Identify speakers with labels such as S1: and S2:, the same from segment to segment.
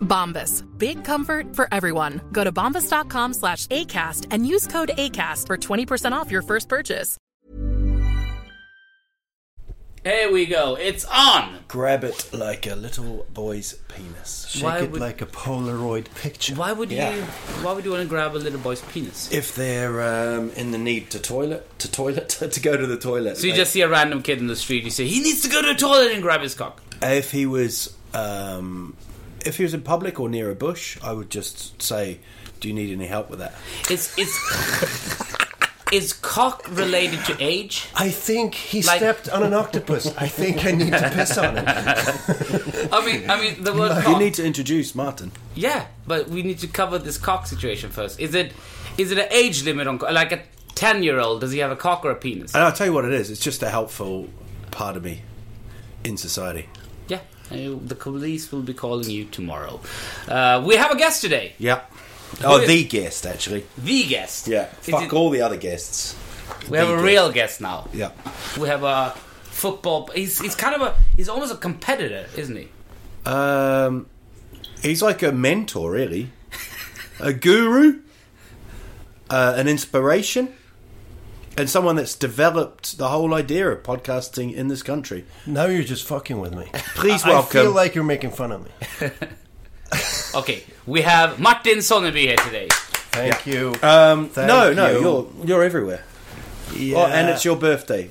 S1: Bombas. Big comfort for everyone. Go to bombas.com slash ACAST and use code ACAST for 20% off your first purchase.
S2: Here we go. It's on.
S3: Grab it like a little boy's penis. Shake
S2: Why
S3: it
S2: would-
S3: like a Polaroid picture.
S2: Why would
S3: Yeah.
S2: you? Why would you want to grab a little boy's penis?
S3: If they're um, in the need to toilet, to toilet, to go to the toilet.
S2: So you
S3: like,
S2: just see a random kid in the street. You say he needs to go to the toilet and grab his cock.
S3: if he was um, if he was in public or near a bush, I would just say, "Do you need any help with that?"
S2: It's it's. Is cock related to age?
S3: I think he
S2: Like-
S3: stepped on an octopus. I think I need to piss on it.
S2: I mean, I mean the word
S3: You
S2: cock.
S3: need to introduce Martin.
S2: Yeah, but we need to cover this cock situation first. Is it is it an age limit on co- like a ten year old? Does he have a cock or a penis?
S3: And I'll tell you what it is. It's just a helpful part of me in society.
S2: yeah, uh, the police will be calling you tomorrow. Uh, we have a guest today.
S3: Yeah. Oh,
S2: Who is-
S3: the guest actually.
S2: The guest.
S3: Yeah.
S2: Is
S3: Fuck
S2: it-
S3: all the other guests.
S2: We have
S3: the
S2: a
S3: guest.
S2: real guest now.
S3: Yeah.
S2: We have a football. He's he's kind of a he's almost a competitor, isn't he?
S3: Um, he's like a mentor, really, a guru, uh, an inspiration, and someone that's developed the whole idea of podcasting in this country.
S4: Now you're just fucking with me.
S3: Please
S4: I-
S3: welcome.
S4: I feel like you're making fun of me.
S2: Okay, we have Martin Sonneby here today.
S4: Thank you.
S3: Um,
S4: Thank
S3: no, no,
S4: you.
S3: you. are you're everywhere.
S4: yeah.
S3: Oh, and it's your birthday.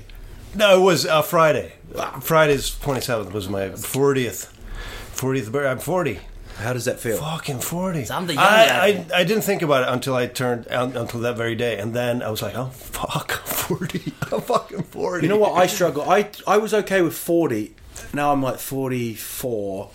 S4: No, it was uh, Friday. Friday's 27th was my 40th. 40th birthday. I'm 40.
S3: How does that feel?
S4: Fucking 40.
S2: I'm the young guy.
S4: I, I, I didn't think about it until I turned un- until that very day, and then I was like, "Oh fuck, I'm 40. I'm fucking 40."
S3: You know what? I struggle. I I was okay with forty. Now I'm like forty four.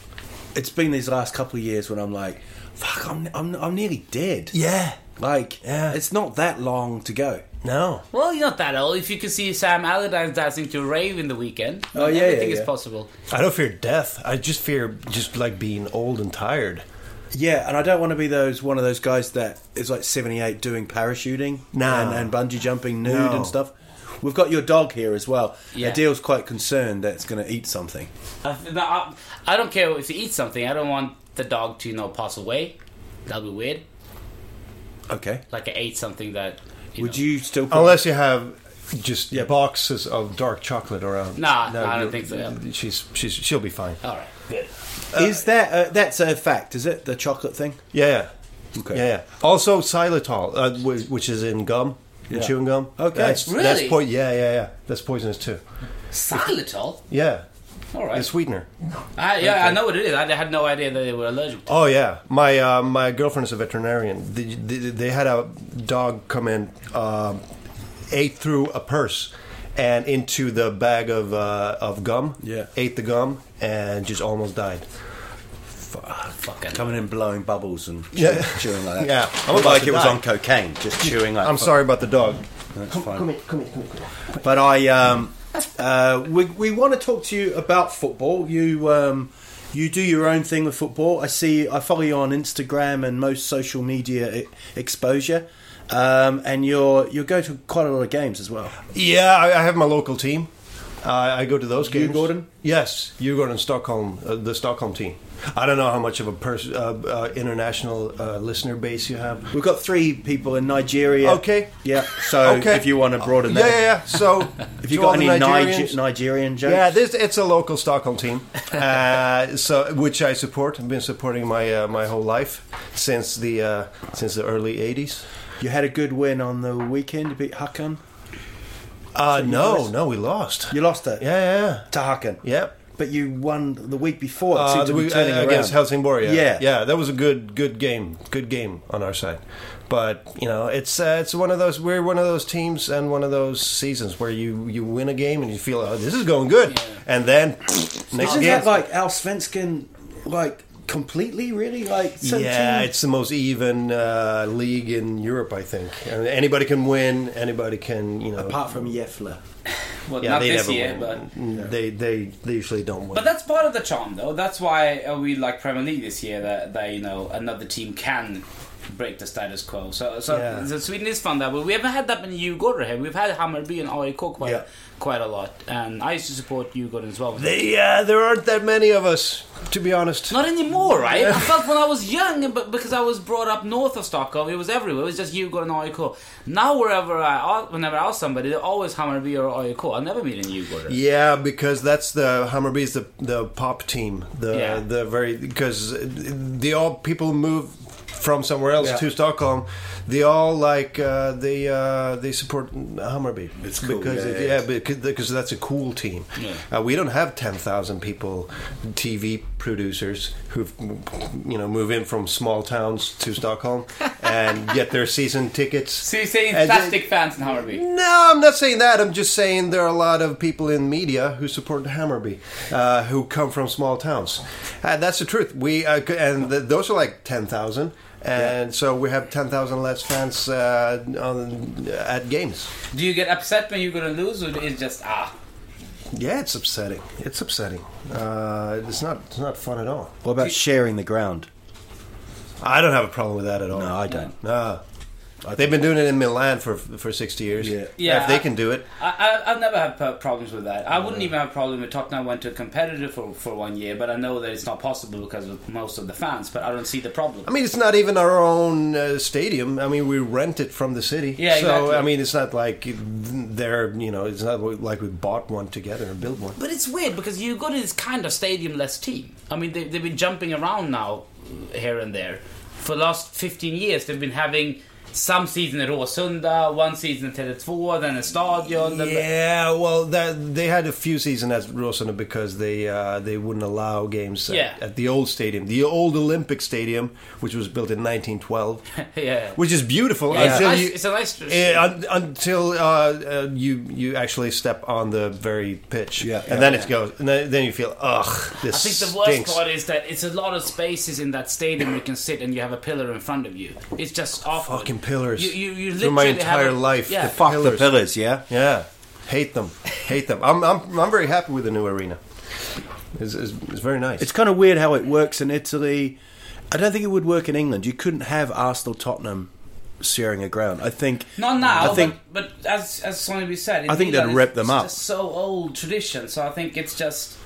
S3: It's been these last couple of years when I'm like, fuck, I'm I'm, I'm nearly dead.
S4: Yeah.
S3: Like,
S4: Yeah.
S3: it's not that long to go.
S4: No.
S2: Well, you're not that old. If you could see Sam Allardyce dancing to a rave in the weekend,
S3: Oh, yeah,
S2: everything
S3: yeah,
S2: is
S3: yeah.
S2: possible.
S4: I don't fear death. I just fear just like being old and tired.
S3: Yeah, and I don't want to be those one of those guys that is like seventy eight doing parachuting
S4: No.
S3: and, and bungee jumping nude
S4: No.
S3: and stuff. We've got your dog here as well.
S2: Yeah.
S3: Adil's quite concerned that it's going to eat something.
S2: I, no, I, I don't care if you eat something. I don't want the dog to you know pass away. That'd be weird.
S3: Okay.
S2: Like I ate something that. You
S3: Would
S2: know.
S3: you still? Put,
S4: Unless you have just boxes of dark chocolate around.
S2: Nah, nah, I don't
S4: you're-
S2: think so, yeah.
S4: She's she's she'll be fine.
S2: All right.
S3: is that uh, that's a fact? Is it the chocolate thing?
S4: Yeah, yeah,
S3: Okay.
S4: yeah, yeah. Also xylitol, uh, whi- which is in gum, in
S3: Yeah.
S4: chewing gum.
S3: Okay.
S4: that's, That's
S2: Really?
S4: po- yeah, yeah, yeah. That's poisonous too.
S2: Xylitol.
S4: Yeah,
S2: All
S4: the
S2: right.
S4: sweetener.
S2: I, yeah, I know what it is. I had no idea that they were allergic. to it.
S4: Oh yeah, my uh, my girlfriend is a veterinarian. They, they, they had a dog come in, um, ate through a purse and into the bag of uh, of gum.
S3: Yeah.
S4: ate the gum and just almost died.
S2: Fucking.
S3: Coming in blowing bubbles and chewing,
S4: Yeah.
S3: chewing like that.
S4: Yeah. I'm
S3: Not
S4: about
S3: like
S4: to
S3: it was
S4: die.
S3: on cocaine, just chewing like.
S4: I'm
S3: fuck.
S4: sorry about the dog.
S3: That's fine. But I, um, uh, we, we want to talk to you about football. You, um, you do your own thing with football. I see. I follow you on Instagram and most social media e- exposure, um, and you're you go to quite a lot of games as well.
S4: Yeah, I, I have my local team. Uh, I go to those games.
S3: Gordon?
S4: Yes, you Gordon Stockholm, uh, the Stockholm team. I don't know how much of a pers- uh, uh, international uh, listener base you have.
S3: We've got three people in Nigeria.
S4: Okay.
S3: Yeah. So
S4: Okay.
S3: if you want to broaden
S4: Yeah,
S3: that,
S4: yeah, yeah. So,
S3: If you
S4: to
S3: got
S4: all
S3: any
S4: the
S3: Niger-
S4: Nigerians-
S3: Nigerian jokes,
S4: yeah, this it's a local Stockholm team, uh, so which I support. I've been supporting my uh, my whole life since the uh, since the early '80s.
S3: you had a good win on the weekend. You beat Hakan.
S4: Uh,
S3: So you
S4: no,
S3: lost-
S4: no, we lost.
S3: You lost it.
S4: Yeah, yeah,
S3: To Hakan.
S4: yeah.
S3: But you won the week before. It
S4: Uh,
S3: seemed to
S4: we-
S3: be turning
S4: uh, against
S3: around.
S4: Helsingborg. Yeah.
S3: Yeah.
S4: that was a good, good game, good game on our side. But you know, it's uh, it's one of those we're one of those teams and one of those seasons where you you win a game and you feel oh this is going good, and then next
S3: Isn't
S4: game.
S3: that like Al Svensson, like completely really like? some
S4: yeah,
S3: team-
S4: it's the most even uh, league in Europe, I think. I mean, anybody can win. Anybody can, you know.
S3: apart from Yefler.
S2: Well,
S4: yeah,
S2: not
S4: they
S2: this
S4: never
S2: year, but
S4: win. Mm, they they they usually don't win.
S2: But that's part of the charm, though. That's why uh, we like Premier League this year. That, that you know another team can break the status quo. So, so,
S4: Yeah.
S2: so Sweden is fun that way. We haven't had that many Djurgårdare here. We've had Hammarby and AIK quite
S4: Yeah.
S2: quite a lot. And I used to support Djurgården as well.
S4: They, uh, there aren't that many of us, to be honest.
S2: not anymore, right? I felt when I was young, but because I was brought up north of Stockholm, it was everywhere. It was just Djurgården and AIK. Now, wherever I, whenever I ask somebody, they're always Hammarby or AIK. I'll never meet a Djurgården.
S4: Yeah, because that's the Hammarby is the the pop team. The
S2: Yeah.
S4: the very because the all people move from somewhere else
S3: Yeah.
S4: to Stockholm. They all like uh, they uh, they support Hammarby.
S3: It's cool,
S4: because
S3: yeah,
S4: it-
S3: yeah.
S4: because, because that's a cool team. Uh, we don't have ten thousand people, TV producers who you know move in from small towns to Stockholm and get their season tickets.
S2: So you're saying
S4: And then-
S2: plastic fans in Hammarby?
S4: no, I'm not saying that. I'm just saying there are a lot of people in media who support Hammarby, uh, who come from small towns. Uh, that's the truth. We uh, c- and th- those are like ten thousand, and so we have ten thousand less fans uh, on, at games.
S2: Do you get upset when you're gonna lose, or is it just ah?
S4: Yeah, it's upsetting. It's upsetting. Uh, it's not. It's not fun at all.
S3: What about sharing the ground?
S4: I don't have a problem with that at all.
S3: No, I don't.
S4: No. They've been doing it in Milan for for sixty years.
S3: Yeah.
S2: Yeah.
S4: If they can do it,
S2: I, I, I've never had p- problems with that. I wouldn't even have a problem if Tottenham went to a competitor for, for one year, but I know that it's not possible because of most of the fans, but I don't see the problem.
S4: I mean, it's not even our own uh, stadium. I mean, we rent it from the city.
S2: Yeah,
S4: So
S2: exactly.
S4: I mean, it's not like they're you know, it's not like we bought one together and built one.
S2: but it's weird because you've got this kind of stadium less team. I mean, they, they've been jumping around now uh, here and there. For the last 15 years, they've been having some season at Råsunda, one season at Tele2, then at Stadion. then-
S4: Yeah, well, that, they had a few seasons at Rosana because they uh, they wouldn't allow games
S2: Yeah.
S4: at, at the old stadium, the old Olympic Stadium, which was built in 1912,
S2: Yeah.
S4: which is beautiful.
S2: Yeah, it's
S4: until
S2: nice-
S4: you-
S2: it's a nice-
S4: eh, un- until uh, uh, you you actually step on the very pitch,
S3: Yeah,
S4: and
S3: yeah,
S4: then it goes, and then, then you feel, ugh, this
S2: I think the worst
S4: stinks.
S2: part is that it's a lot of spaces in that stadium you can sit and you have a pillar in front of you. It's just awful.
S4: Fucking pillars.
S2: You, you, you
S4: Through my
S2: literally have
S4: entire
S2: a-
S4: life,
S2: Yeah.
S4: the fuck Pillars.
S3: the pillars, yeah.
S4: Yeah, hate them, hate them. I'm, I'm, I'm very happy with the new arena. It's, it's, it's very nice.
S3: It's kind of weird how it works in Italy. I don't think it would work in England. You couldn't have Arsenal Tottenham sharing a ground. I think
S2: Not now,
S3: I think
S2: but, but as as Sonny said, in
S3: I think they'd
S2: Milan,
S3: rip
S2: it's-
S3: them
S2: it's
S3: up.
S2: Just so old tradition, so I think it's just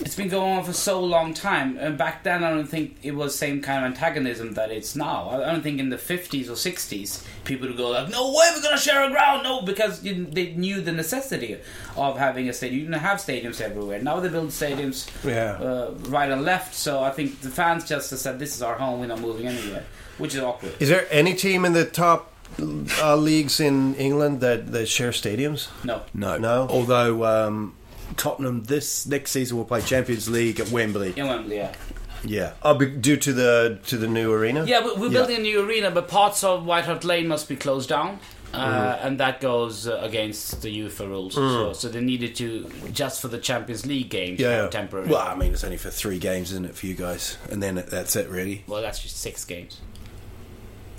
S2: it's been going on for so long time. And back then, I don't think it was same kind of antagonism that it's now. I I don't think in the fifties or sixties people would go like, "No way, we're gonna share a ground." No, because you, they knew the necessity of having a stadium. You didn't have stadiums everywhere. Now they build stadiums
S4: Yeah.
S2: uh, right and left. So I think the fans just said, "This is our home. We're not moving anywhere," which is awkward.
S4: Is there any team in the top uh, leagues in England that, that share stadiums?
S2: No.
S3: no,
S4: No?
S3: Although um, Tottenham this next season will play Champions League at Wembley.
S2: In Wembley, yeah.
S3: Yeah,
S4: Oh, be- due to the to the new arena.
S2: Yeah, we- we're building a new arena, but parts of White Hart Lane must be closed down, uh,
S3: Mm.
S2: and that goes uh, against the UEFA rules. So, so they needed to just for the Champions League games uh,
S4: Yeah,
S2: have
S4: yeah.
S2: temporary.
S3: Well, um, I
S2: Well,
S3: mean, it's only for three games, isn't it, for you guys? And then it- that's it, really.
S2: that's just six games.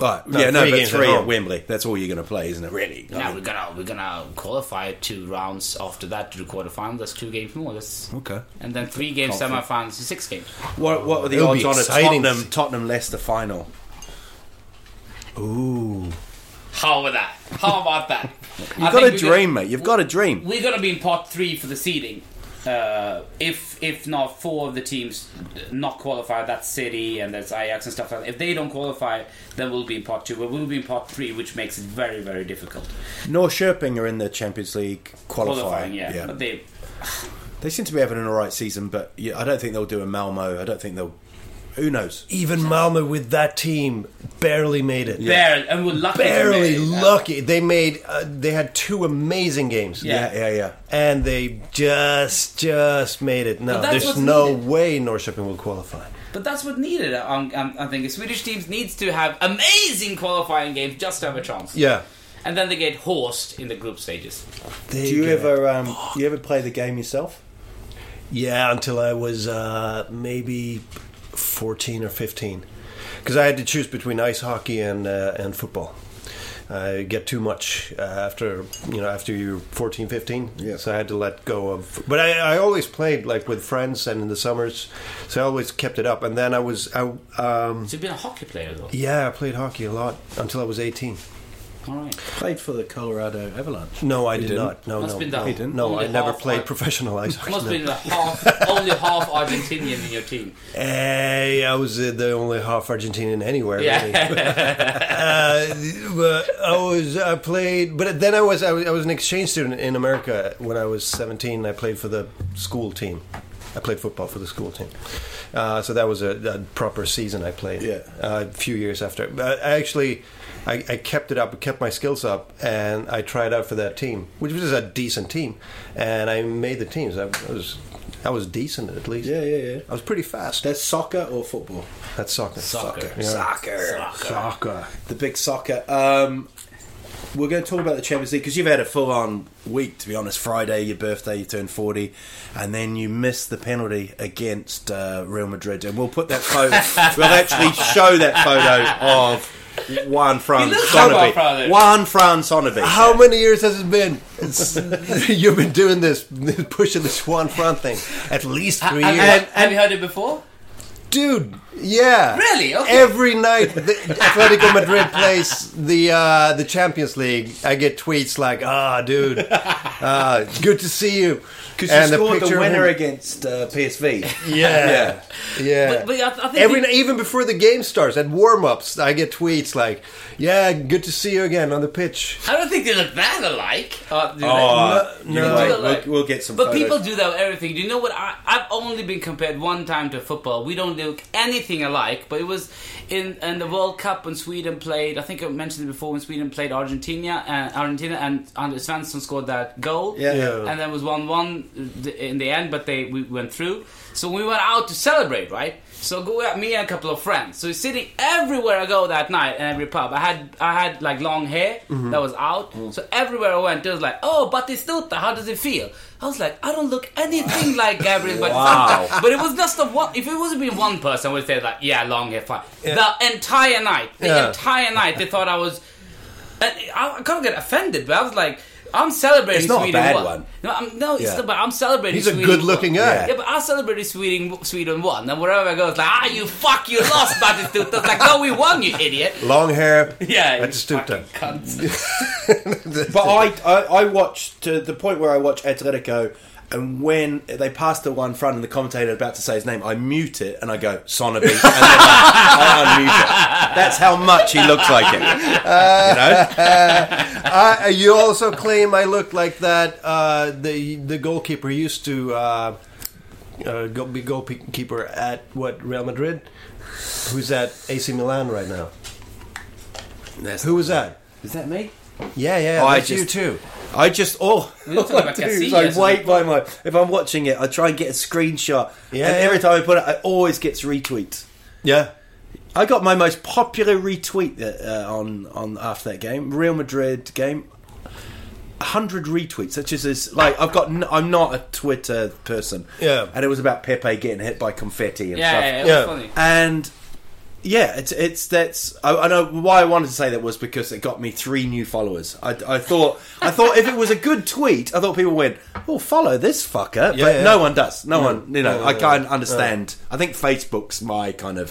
S3: Right? yeah, no,
S4: three
S3: but
S4: games at
S3: three at
S4: home.
S3: Wembley. That's all you're going to play, isn't it, really? I
S2: Now
S3: mean,
S2: we're gonna we're gonna qualify two rounds after that to the quarterfinals. That's two games more. That's
S3: Okay.
S2: And then three games semifinals, six games.
S3: What what are the
S4: It'll
S3: odds
S4: be
S3: on a
S4: exciting.
S3: Tottenham Tottenham Leicester final?
S2: How about that? How about that?
S3: You've got a dream, mate. You've got a dream.
S2: We're gonna be in pot three for the seeding. Uh, if if not four of the teams not qualify, that's City and that's Ajax and stuff like that. If they don't qualify, then we'll be in pot two. But we'll be in pot three, which makes it very very difficult
S3: Norrköping are in the Champions League qualifying.
S2: qualifying. Yeah, but they
S3: They seem to be having an all right season, but yeah, I don't think they'll do a Malmo. I don't think they'll Who knows?
S4: Even Malmo with that team barely made it.
S2: Barely, and we're lucky. to
S4: Barely
S2: make it.
S4: lucky. They made. Uh, they had two amazing games.
S2: Yeah.
S3: yeah, yeah.
S4: And they just, just made it. No,
S2: But that's
S4: there's
S2: what's
S4: no
S2: needed.
S4: way Norrköping will qualify.
S2: But that's what needed. Um, um, I think Swedish teams needs to have amazing qualifying games just to have a chance.
S4: Yeah.
S2: And then they get horsed in the group stages.
S4: They
S3: Do you
S4: get-
S3: ever um, you ever play the game yourself?
S4: Yeah, until I was uh, maybe 14 or 15. Because I had to choose between ice hockey and, uh, and football. I get too much uh, after you know after you're 14, 15.
S5: Yeah.
S4: So I had to let go of. But I, I always played like with friends and in the summers, so I always kept it up. And then I was I um,
S2: So you've been a hockey player though.
S4: yeah I played hockey a lot until I was 18.
S2: All right.
S3: Played for the Colorado Avalanche.
S4: No, I did not. No,
S2: Must
S4: no,
S2: been
S4: no,
S2: the- He didn't.
S4: no.
S2: only
S4: I never
S2: half
S4: played
S2: I-
S4: professional ice hockey.
S2: Must
S4: no.
S2: be the half, only half Argentinian in your team.
S4: Hey, I was uh, the only half Argentinian anywhere. Really. uh, but I was I played, but then I was, I was I was an exchange student in America when I was 17. I played for the school team. I played football for the school team, uh, so that was a, a proper season I played.
S3: Yeah.
S4: uh, a few years after. But I actually, I, I kept it up, kept my skills up, and I tried out for that team, which was a decent team, and I made the teams. I, I was. I was decent at least.
S3: Yeah, yeah, yeah.
S4: I was pretty fast.
S3: That's soccer or football?
S4: That's soccer.
S2: Soccer.
S4: Yeah.
S3: Soccer. Soccer. The big soccer. Um, we're going to talk about the Champions League because you've had a full on week, to be honest. Friday, your birthday, you turned 40, and then you missed the penalty against uh, Real Madrid. And we'll put that photo, we'll actually show that photo of Juan Fran
S2: He looks like Juan
S3: Sonobi.
S2: Fran.
S3: Juan Fran Sonobi.
S4: How many years has it been? It's- you've been doing this, pushing this Juan Fran thing, at least three
S2: Have,
S4: years,
S2: you- have you heard it before?
S4: dude. Yeah,
S2: Really? Okay.
S4: Every night, the Atletico Madrid plays the uh, the Champions League. I get tweets like, "Ah, dude, uh, good to see you."
S3: Because you scored the,
S4: picture of
S3: winner
S4: him-
S3: against uh, PSV.
S4: Yeah, yeah.
S2: But, but I, I think
S4: Every
S2: the-
S4: night, even before the game starts at warm ups, I get tweets like, "Yeah, good to see you again on the pitch."
S2: I don't think they look that alike. Uh, do they?
S3: Oh, no,
S2: Do they
S3: no.
S2: look-
S3: We'll, we'll get some
S2: But
S3: photos.
S2: people do that with everything. Do you know what? I, I've only been compared one time to football. We don't look anything alike. But it was in, in the World Cup when Sweden played. I think I mentioned it before when Sweden played Argentina and Argentina and Anders Svensson scored that goal.
S3: Yeah.
S4: Yeah.
S2: And then it was one one in the end, but they we went through. So we went out to celebrate, right? So go out, me and a couple of friends. So we're sitting everywhere I go that night and every pub. I had I had like long hair that was out. So everywhere I went, it was like, oh, Batistuta, how does it feel? I was like, I don't look anything like Gabriel Batistuta. But it was just the one. If it was been one person, I would say like, yeah, long hair, fine. The entire night, the
S4: Yeah.
S2: entire night, they thought I was. And I, I can't get offended, but I was like, I'm celebrating.
S3: It's not a
S2: Sweden
S3: bad
S2: won.
S3: one.
S2: No, I'm, no, it's
S3: Yeah.
S2: not. But I'm celebrating.
S4: He's a
S2: Sweden
S4: good-looking
S2: won.
S4: guy.
S2: Yeah. but I celebrated Sweden. Sweden won, and wherever I go, it's like, ah, you fuck, you lost, Batistuta. It's like, no, we won, you idiot.
S4: Long hair.
S2: Yeah, you
S4: Batistuta.
S2: fucking cunt.
S3: But I, I, I watched to the point where I watch Atletico, and when they pass the one front and the commentator about to say his name, I mute it and I go Sonobi, and then I, I unmute it. That's how much he looks like it. you know?
S4: I, Uh, you also claim I look like that. Uh, the the goalkeeper used to uh, uh, go, be goalkeeper at what Real Madrid, who's at AC Milan right now. Who was that?
S2: Is that me? Oh,
S4: Yeah, yeah,
S3: I
S4: that's you
S3: just-
S4: too.
S3: I just oh,
S2: You're talking about
S3: I do is
S2: Casillas,
S3: I wait by my if I'm watching it, I try and get a screenshot.
S4: Yeah,
S3: and
S4: yeah.
S3: every time I put it, I always gets retweets.
S4: Yeah,
S3: I got my most popular retweet uh, on on after that game, Real Madrid game. Hundred retweets, such as this. Like I've got, n- I'm not a Twitter person.
S4: Yeah.
S3: and it was about Pepe getting hit by confetti and
S2: Yeah,
S3: stuff.
S2: yeah, it was
S4: Yeah.
S2: funny.
S3: And yeah, it's it's that's I, I know why I wanted to say that was because it got me three new followers. I, I thought I thought if it was a good tweet, I thought people went, "Oh, follow this fucker,"
S4: Yeah,
S3: but
S4: yeah.
S3: no one does. No one, you know.
S4: No,
S3: I
S4: no,
S3: can't
S4: no. Hmm.
S3: understand. I think Facebook's my kind of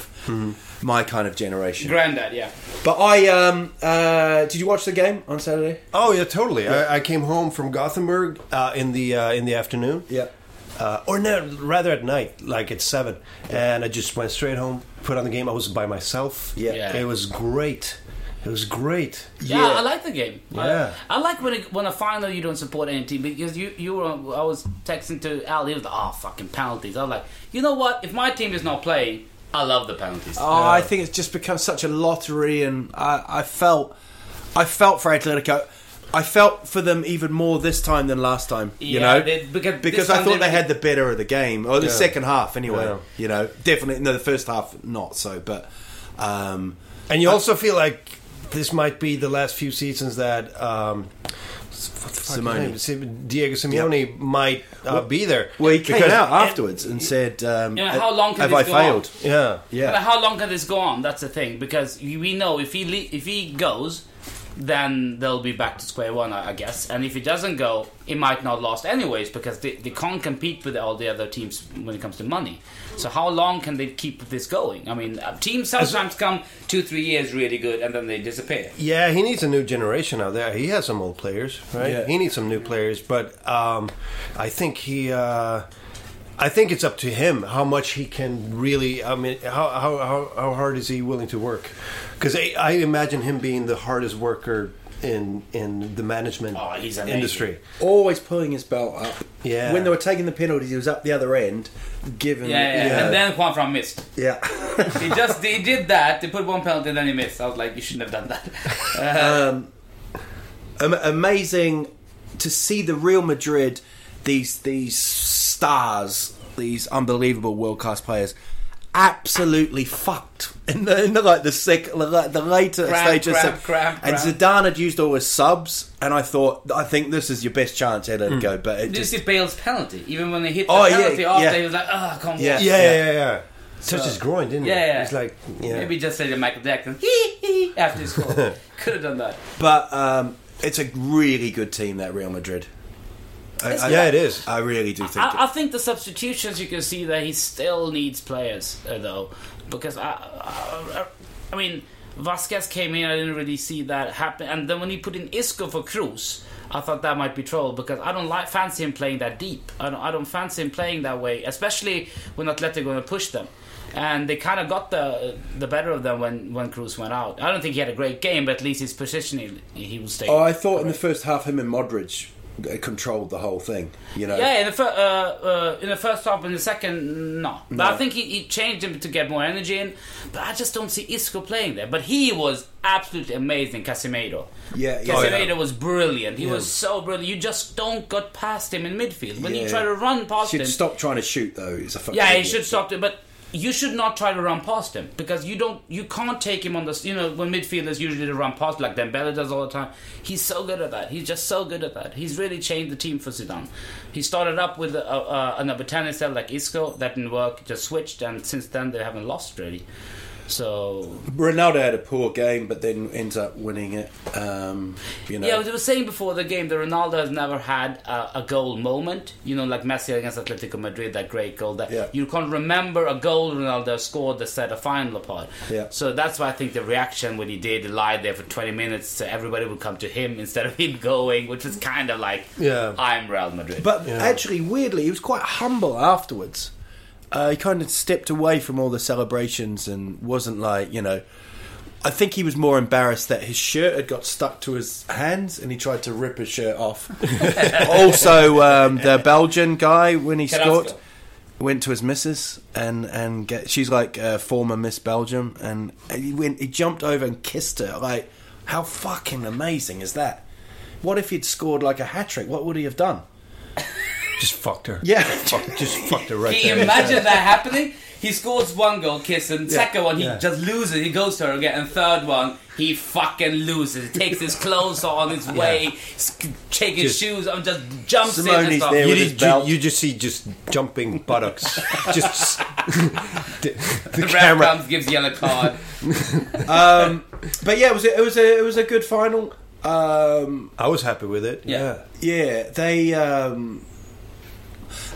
S3: my kind of generation.
S2: Granddad, yeah.
S3: But I um uh, did you watch the game on Saturday?
S4: Oh yeah, totally. I, I came home from Gothenburg uh, in the uh, in the afternoon. uh, or no, rather at night, like at seven, and I just went straight home, put on the game. I was by myself.
S3: Yeah. Yeah.
S4: it was great. It was great.
S2: Yeah, I like the game.
S4: Yeah.
S2: I, I like when it, when a final you don't support any team because you you were "Ah, I was texting to Al. He was like, "Oh, fucking penalties." I was like, "You know what? If my team is not playing, I love the penalties.
S3: Oh, I think it's just become such a lottery, and I, I felt, I felt for Atletico. I felt for them even more this time than last time. You
S2: Yeah,
S3: know,
S2: they- because this
S3: I
S2: time
S3: thought
S2: they-
S3: they had the better of the game, or the
S4: Yeah.
S3: second half anyway.
S4: Yeah.
S3: You know, definitely no, the first half not so, but um,
S4: And you also feel like this might be the last few seasons that um, s- what the fuck his
S3: Simeone.
S4: name is? Sim- Diego Simeone might uh, be there.
S3: well, he came
S4: Because-
S3: out afterwards and said, um,
S2: You know, how long can
S3: have
S2: this
S3: I
S2: go
S3: failed?"
S2: on?
S4: Yeah.
S2: But
S3: Yeah,
S2: how long can this go on? That's the thing because we know if he le- if he goes, then they'll be back to square one, I I guess. And if he doesn't go, it might not last anyways because they, they can't compete with all the other teams when it comes to money. So how long can they keep this going? I mean, uh, teams sometimes come two three years really good and then they disappear.
S4: Yeah, he needs a new generation out there. He has some old players, right?
S3: Yeah.
S4: He needs some new players, but um, I think he. Uh, I think it's up to him how much he can really. I mean, how how how, how hard is he willing to work? Because I, I imagine him being the hardest worker in in the management
S2: Oh, he's amazing.
S4: industry.
S3: always pulling his belt up.
S4: Yeah.
S3: when they were taking the penalties, he was up the other end, giving.
S2: Yeah, yeah.
S3: yeah.
S2: and then Juan Fran missed.
S3: yeah.
S2: He just he did that. They put one penalty, then he missed. I was like, you shouldn't have done that.
S3: am- amazing to see the Real Madrid, these these stars, these unbelievable world class players, absolutely fucked in the, in the like the sick the, like, the later
S2: Crap,
S3: stages.
S2: crap,
S3: of-
S2: crap,
S3: and
S2: crap.
S3: Zidane had used all his subs, and I thought I think this is your best chance at
S4: Mm.
S3: it go, but it
S2: Did you
S3: just
S2: see Bale's penalty? Even when they hit the
S3: Oh, yeah,
S2: penalty after,
S3: yeah.
S2: he was like, oh, come on.
S3: Yeah.
S4: Yeah, yeah, yeah. yeah. Touched his groin, didn't
S2: Yeah,
S4: he?
S2: yeah.
S4: He's like, yeah.
S2: Maybe just say to Michael Jackson, hee hee, after his score. Could have done that.
S3: but um, it's a really good team that Real Madrid. I, I-
S4: yeah, it is.
S3: I really do think.
S2: I, I
S3: it.
S2: think the substitutions, you can see that he still needs players, uh, though. Because, I, I, I mean, Vasquez came in, I didn't really see that happen. And then when he put in Isco for Cruz, I thought that might be trouble because I don't like fancy him playing that deep. I don't, I don't fancy him playing that way, especially when Atletico are going to push them. and they kind of got the the better of them when when Cruz went out. I don't think he had a great game, but at least his positioning he was staying.
S3: Oh, I thought in the first half, him and Modric uh, controlled the whole thing. You know,
S2: yeah, in the, fir- uh, uh, in the first half and the second, no. But I think he, he changed him to get more energy in. But I just don't see Isco playing there. But he was absolutely amazing, Casemiro.
S3: Yeah, yeah.
S2: Casemiro
S3: Oh, yeah.
S2: was brilliant. He was so brilliant. You just don't got past him in midfield. When you
S3: Yeah.
S2: try to run past
S3: should
S2: him,
S3: stop trying to shoot though. He's a fucking
S2: Yeah, he
S3: idiot.
S2: should stop it, but you should not try to run past him because you don't, you can't take him on the. You know, when midfielders usually run past, like Dembele does all the time. He's so good at that. He's just so good at that. He's really changed the team for Sudan. He started up with a, a, a number ten instead, like Isco. That didn't work. Just switched, and since then they haven't lost really. So
S3: Ronaldo had a poor game, but then ends up winning it. Um, you know,
S2: Yeah, as I was saying before the game, that Ronaldo has never had a, a goal moment. You know, like Messi against Atletico Madrid, that great goal. That
S3: Yeah.
S2: you can't remember a goal Ronaldo scored that set a final apart.
S3: Yeah.
S2: So that's why I think the reaction when he did he lied there for 20 minutes, so everybody would come to him instead of him going, which was kind of like,
S4: Yeah.
S2: I'm Real Madrid.
S3: but actually, weirdly, he was quite humble afterwards. Uh, he kind of stepped away from all the celebrations and wasn't like you know. I think he was more embarrassed that his shirt had got stuck to his hands and he tried to rip his shirt off. also, um, the Belgian guy when he
S2: Carrasco.
S3: scored. went to his missus and and get, she's like uh, former Miss Belgium and he went he jumped over and kissed her like how fucking amazing is that? What if he'd scored like a hat trick? What would he have done?
S4: Just fucked her.
S3: Yeah.
S4: Fuck, just fucked her right
S2: Can you
S4: there.
S2: imagine that happening? He scores one goal, kiss him. Second one, he just loses. He goes to her again. And third one, he fucking loses. He takes his clothes on his way, sk- taking his
S4: Just-
S2: shoes and just jumps in
S3: Simone's
S2: and stuff.
S3: there
S4: You
S3: with his
S4: just, you,
S3: belt.
S4: you just see just jumping buttocks. just the, the
S2: The ref
S4: camera.
S2: comes, gives yellow card.
S3: But yeah, it was a, it was a it was a good final. Um,
S4: I was happy with it.
S2: Yeah.
S4: Yeah.
S3: yeah, they um,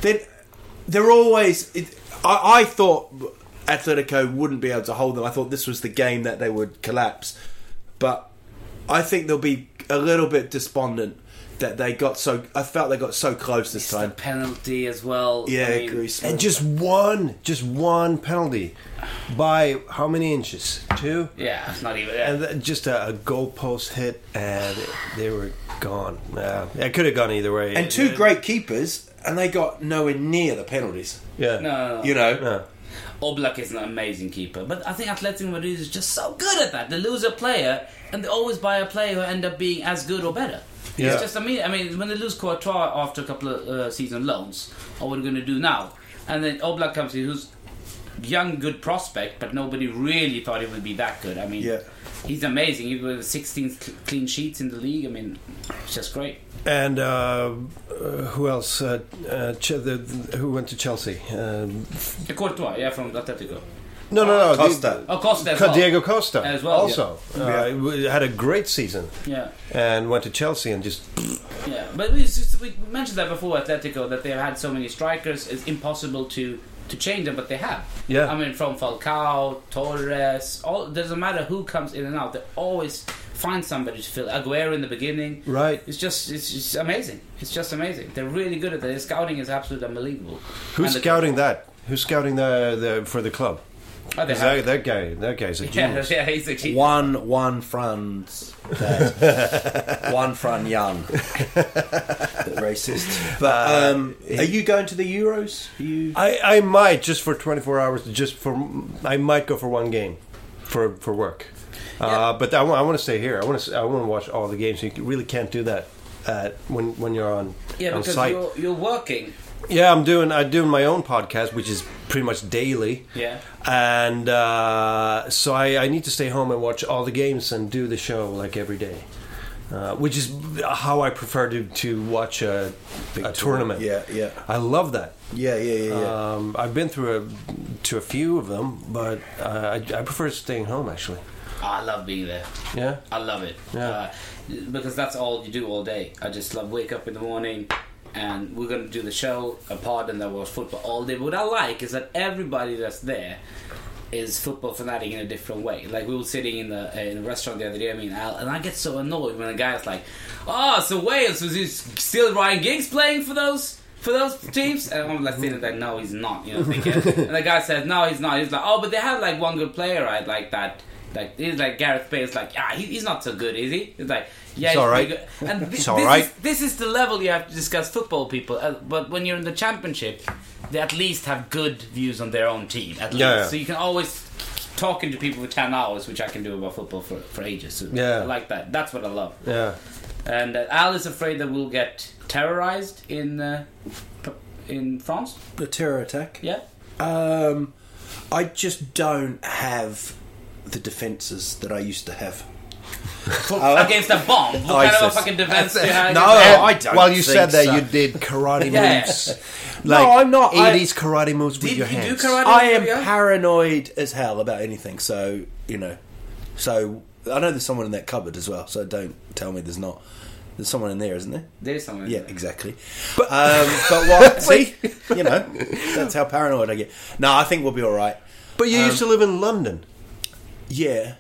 S3: they they're always. It, I, I thought Atletico wouldn't be able to hold them. I thought this was the game that they would collapse, but I think they'll be a little bit despondent that they got so. I felt they got so close this
S2: the
S3: time.
S2: penalty as well.
S3: Yeah,
S2: I mean,
S3: Greece.
S4: And just one, just one penalty by how many inches? Two?
S2: Yeah, it's not even.
S4: And then just a, a goalpost hit, and they were gone. Yeah. It could have gone either way.
S3: and two great keepers, and they got nowhere near the penalties.
S4: Yeah.
S2: Uh, no, no, no.
S3: You know,
S4: Yeah.
S2: Oblak is an amazing keeper, but I think Atletico Madrid is just so good at that. They lose a player, and they always buy a player who end up being as good or better.
S4: Yeah.
S2: It's just I mean, I mean, when they lose Courtois after a couple of uh, season loans, or what are we going to do now? And then Oblak comes in, who's young, good prospect, but nobody really thought he would be that good. I mean,
S6: Yeah.
S2: he's amazing. He was 16 cl- clean sheets in the league. I mean, it's just great.
S4: And uh, uh, who else? Uh, uh, Ch- the, the- who went to Chelsea? Um,
S2: The Courtois, yeah, from Atletico.
S4: no, no, no.
S6: Costa.
S2: Oh, Costa as
S4: Co-
S2: well.
S4: Diego Costa
S2: As well,
S4: also uh, w- had a great season
S2: Yeah,
S4: and went to Chelsea and just
S2: yeah. But we, s- we mentioned that before, Atletico, that they've had so many strikers, it's impossible to to change them, but they have.
S4: Yeah.
S2: I mean, from Falcao, Torres, all doesn't matter who comes in and out, they always find somebody to fill. Aguero in the beginning.
S4: Right.
S2: It's just it's just amazing. It's just amazing. They're really good at that. Their scouting is absolutely unbelievable.
S4: who's
S2: And the-
S4: scouting that? Who's scouting the, the for the club?
S2: Oh, they
S4: 'Cause
S2: have.
S4: That, that guy, that guy's a
S2: Yeah,
S4: genius.
S2: yeah, he's a genius.
S3: One, one front. one front young. Racist. But
S6: Um, are you going to the Euros? Are you?
S4: I, I might just for 24 hours, just for I might go for one game, for for work. Uh, but I want to stay here. I want to I want to watch all the games. You really can't do that at, when when you're on
S2: Yeah,
S4: on
S2: because
S4: site.
S2: you're, you're working.
S4: Yeah, I'm doing I'm doing my own podcast, which is pretty much daily.
S2: Yeah.
S4: and uh, so I, I need to stay home and watch all the games and do the show like every day. Uh, which is how I prefer to, to watch a, a tournament.
S3: Yeah, yeah.
S4: I love that.
S3: yeah, yeah, yeah,
S6: Uh,
S3: yeah.
S4: Um, I've been through a, to a few of them, but uh, I, I prefer staying home actually.
S2: Oh, I love being there.
S4: Yeah.
S2: I love it.
S4: Yeah.
S2: Uh, because that's all you do all day. I just love wake up in the morning and we're going to do the show, a pod, and then watch football all day. But what I like is that everybody that's there is football fanatic in a different way. Like we were sitting in the uh, in a restaurant the other day, I mean, Al, and I get so annoyed when a guy's like, "Oh, so Wales was he still Ryan Giggs playing for those?" For those teams, and I'm like sitting there, no, he's not. You know, thinking. and the guy says, no, he's not. He's like, oh, but they had like one good player, right? Like that, like he's like Gareth Bale's like, ah, he, he's not so good, is he? He's like, yeah, he's
S4: It's all right.
S2: pretty good." And thi-
S4: It's
S2: this,
S4: all right.
S2: is, this is the level you have to discuss football, people. Uh, but when you're in the championship, they at least have good views on their own team. At least,
S4: Yeah, yeah.
S2: so you can always talking to people for ten hours, which I can do about football for, for ages. So
S4: Yeah.
S2: I like that. That's what I love.
S4: Yeah.
S2: And uh, Al is afraid that we'll get terrorized in uh, in France.
S6: The terror attack.
S2: Yeah.
S3: Um, I just don't have the defences that I used to have.
S4: Oh.
S2: Against a bomb. What kind of
S3: ISIS.
S2: a fucking defense do you have?
S3: No,
S4: And
S3: I don't.
S4: While you
S3: think
S4: said that,
S3: so.
S4: you did karate
S2: Yeah.
S4: moves. Like
S3: I'm not. I-
S4: 80s karate moves with
S2: Did
S4: your
S2: you do
S4: hands.
S2: karate?
S3: I am
S2: Yeah.
S3: paranoid as hell about anything. So you know, so I know there's someone in that cupboard as well. So don't tell me there's not. There's someone in there, isn't there?
S2: There's someone.
S3: Yeah, exactly. But um, but what? see, you know, that's how paranoid I get. No, I think we'll be all right.
S4: But you used to live in London.
S3: Yeah,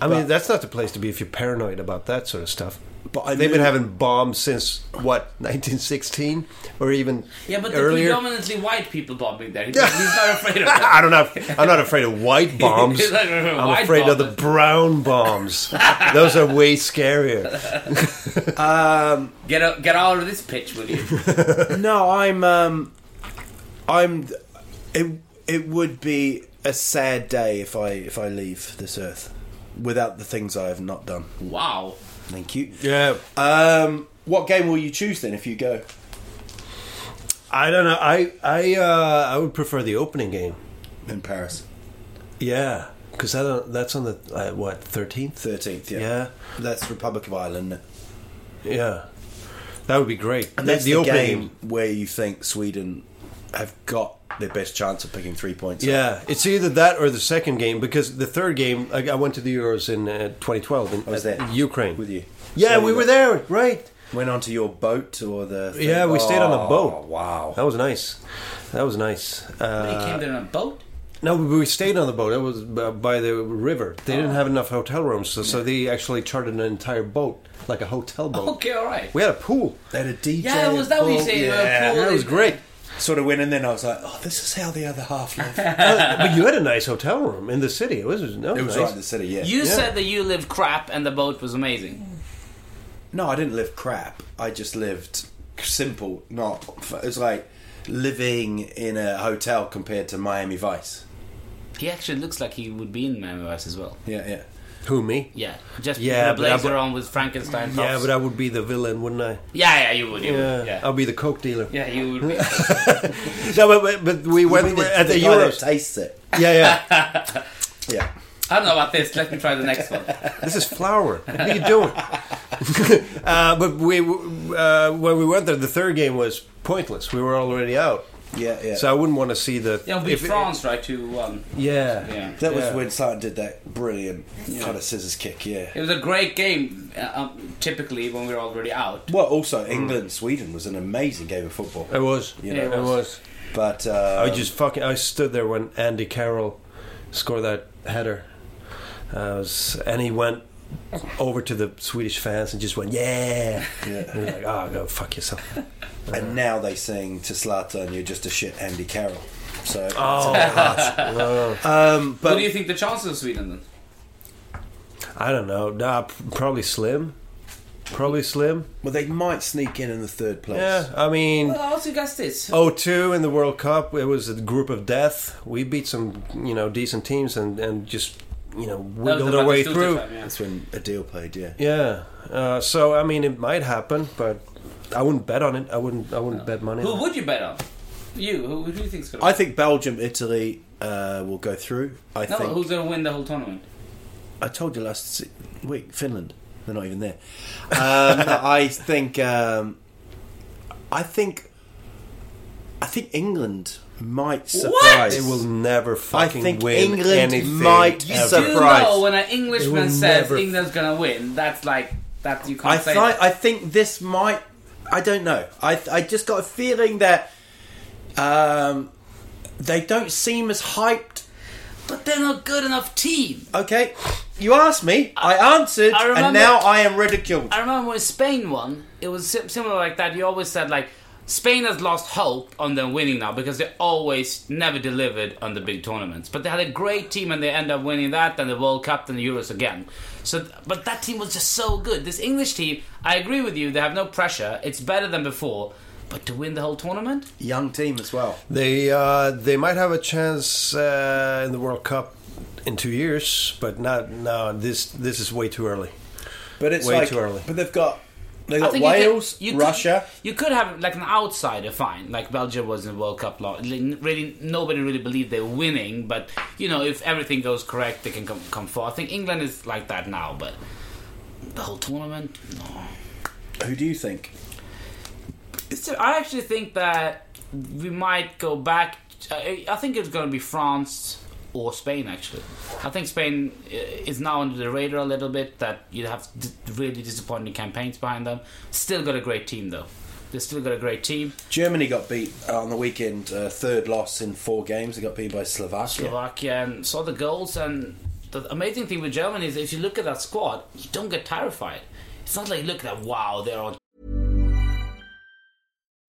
S4: I mean, that's not the place to be if you're paranoid about that sort of stuff.
S3: But I
S4: They've been
S3: knew-
S4: having bombs since what 1916 or even
S2: Yeah, but the
S4: earlier.
S2: predominantly white people bombing there. He's not afraid of that.
S4: I don't know. if- I'm not afraid of white bombs.
S2: He's like,
S4: I'm
S2: "White
S4: afraid of the
S2: bombs."
S4: brown bombs. Those are way scarier.
S2: Get out, get out of this pitch, will you?
S3: No, I'm. Um, I'm. It. It would be a sad day if I if I leave this earth without the things I have not done.
S2: Wow.
S3: Thank you.
S4: Yeah,
S3: Um, what game will you choose then if you go?
S4: I don't know. I I uh, I would prefer the opening game.
S3: In Paris,
S4: Yeah, because that, that's on the uh, what 13th.
S3: thirteenth. Yeah.
S4: Yeah.
S3: that's Republic of Ireland.
S4: Yeah, that would be great.
S3: And that's the, game where you think Sweden have got their best chance of picking three points. up.
S4: Yeah, it's either that or the second game because the third game I, I went to the Euros in uh, 2012 in
S3: I was
S4: at
S3: there
S4: Ukraine
S3: with you.
S4: Yeah,
S3: So
S4: we
S3: you
S4: were
S3: got-
S4: there, right?
S3: Went onto your boat or the. thing?
S4: Yeah, we stayed on a
S3: Oh,
S4: boat.
S3: Wow.
S4: That was nice. That was nice.
S2: He
S4: Uh,
S2: came there on a boat.
S4: no, we stayed on the boat. It was b- by the river. They didn't have enough hotel rooms, so, so they actually chartered an entire boat, like a hotel boat.
S2: Okay, all right.
S4: We had a pool.
S3: They had a DJ.
S2: Yeah, was that uh, what you
S3: involved,
S2: said?
S3: Yeah.
S2: Pool
S4: That was
S2: is-
S4: great.
S3: Sort of went in, then I was like, oh, this is how the other half live.
S4: Uh, but you had a nice hotel room in the city. It was, that was
S3: it
S4: nice.
S3: was right in the city, yeah.
S2: You said that you lived crap and the boat was amazing.
S3: no, I didn't live crap. I just lived simple. Not. It was like living in a hotel compared to Miami Vice.
S2: He actually looks like he would be in Miami Vice as well.
S3: Yeah, yeah.
S4: Who me?
S2: Yeah, just
S4: Yeah,
S2: yeah,
S4: but I-
S2: blazer on with Frankenstein.
S4: Yeah,
S2: cuffs.
S4: but I would be the villain, wouldn't I?
S2: yeah, yeah, you would. You yeah.
S4: Yeah,
S2: Would, yeah.
S4: I'll be the coke dealer.
S2: yeah, you would. Be.
S4: No, but, but, but we went
S3: The-
S4: at the,
S3: guy that
S4: Euros.
S3: tastes it.
S4: Yeah, yeah.
S3: Yeah.
S2: I don't know about this. Let me try the next one.
S4: this is flour. What are you doing? uh, but we uh, when we went there, the third game was pointless. We were already out,
S3: Yeah, yeah.
S4: so I wouldn't want to see the.
S7: Yeah, it'll be
S4: if it-
S7: France, right? Two one.
S4: yeah.
S7: Yeah.
S3: That was
S4: Yeah.
S3: when Sutton did that brilliant kind of scissors kick, yeah.
S7: It was a great game. uh, Um, typically, when we were already out.
S3: Well,
S4: Mm.
S3: also England Sweden was an amazing game of football,
S4: It was.
S3: You know,
S4: it was.
S3: but uh,
S4: I just fucking. I stood there when Andy Carroll scored that header, uh, I was, and he went over to the Swedish fans and just went, "Yeah." And he was like, "Oh, go fuck yourself."
S3: and now they sing to Slatan, "You're just a shit Andy Carroll." So,
S4: Oh. Uh,
S3: um,
S7: what do
S3: but
S7: you think the chances of Sweden then?
S4: I don't know. Nah, p- probably slim. Probably slim.
S3: well, they might sneak in in the third place.
S4: Yeah, I mean,
S7: Well, I also guess this.
S4: Oh, 02 in the World Cup, it was a group of death. We beat some, you know, decent teams and, and just, you know,
S7: That was
S4: wiggled
S7: the
S4: our way
S7: Batistuta
S4: through.
S7: time, yeah.
S3: That's when a deal played. Yeah,
S4: Yeah. Uh, so I mean, it might happen, but I wouldn't bet on it. I wouldn't. I wouldn't bet money.
S7: Who
S4: on it.
S7: would you bet on? You? Who, who do you think's gonna?
S3: I think Belgium, Italy uh, will go through. I
S7: no,
S3: think
S7: who's gonna win the whole tournament?
S3: I told you last se- week, Finland. They're not even there. Um, no, I think. Um, I think. I think England might surprise.
S4: They will never
S3: I
S4: fucking
S3: think
S4: win
S3: England
S4: anything.
S3: might
S4: ever.
S7: Do you
S3: surprise.
S7: know when an
S4: They
S7: Englishman
S4: will
S7: says
S4: never-
S7: England's gonna win, that's like that you can't
S3: I
S7: say.
S3: thi-
S7: that.
S3: I think this might. I don't know. I I just got a feeling that. Um, they don't seem as hyped.
S2: But they're not good enough team.
S3: Okay, you asked me. I answered,
S2: I remember-
S3: and now I am ridiculed.
S2: I remember when Spain won. It was sim- similar like that. You always said like Spain has lost hope on them winning now because they always never delivered on the big tournaments. But they had a great team and they end up winning that and the World Cup and the Euros again. So, th- but that team was just so good. This English team, I agree with you. They have no pressure. It's better than before. But to win the whole tournament,
S3: Young team as well.
S4: They uh, they might have a chance uh, in the World Cup in two years, but not now. This this is way too early.
S3: But it's
S4: Way
S3: like-
S4: too early.
S3: But they've got they
S2: I
S3: got
S2: think you
S3: Wales,
S2: could- you could,
S3: Russia.
S2: you could have like an outsider, fine. Like Belgium was in the World Cup. lot- like, Really, nobody really believed they were winning, but you know, if everything goes correct, they can come come far. I think England is like that now, but the whole tournament. No.
S3: Who do you think?
S2: It's, I actually think that we might go back. I I think it's going to be France or Spain. Actually, I think Spain uh, is now under the radar a little bit. That you have d- really disappointing campaigns behind them. Still got a great team though. They still got a great team.
S3: Germany got beat on the weekend, uh, third loss in four games. They got beat by Slovakia.
S2: Slovakia and saw the goals. And the amazing thing with Germany is if you look at that squad, you don't get terrified. It's not like look at that. Wow, they're on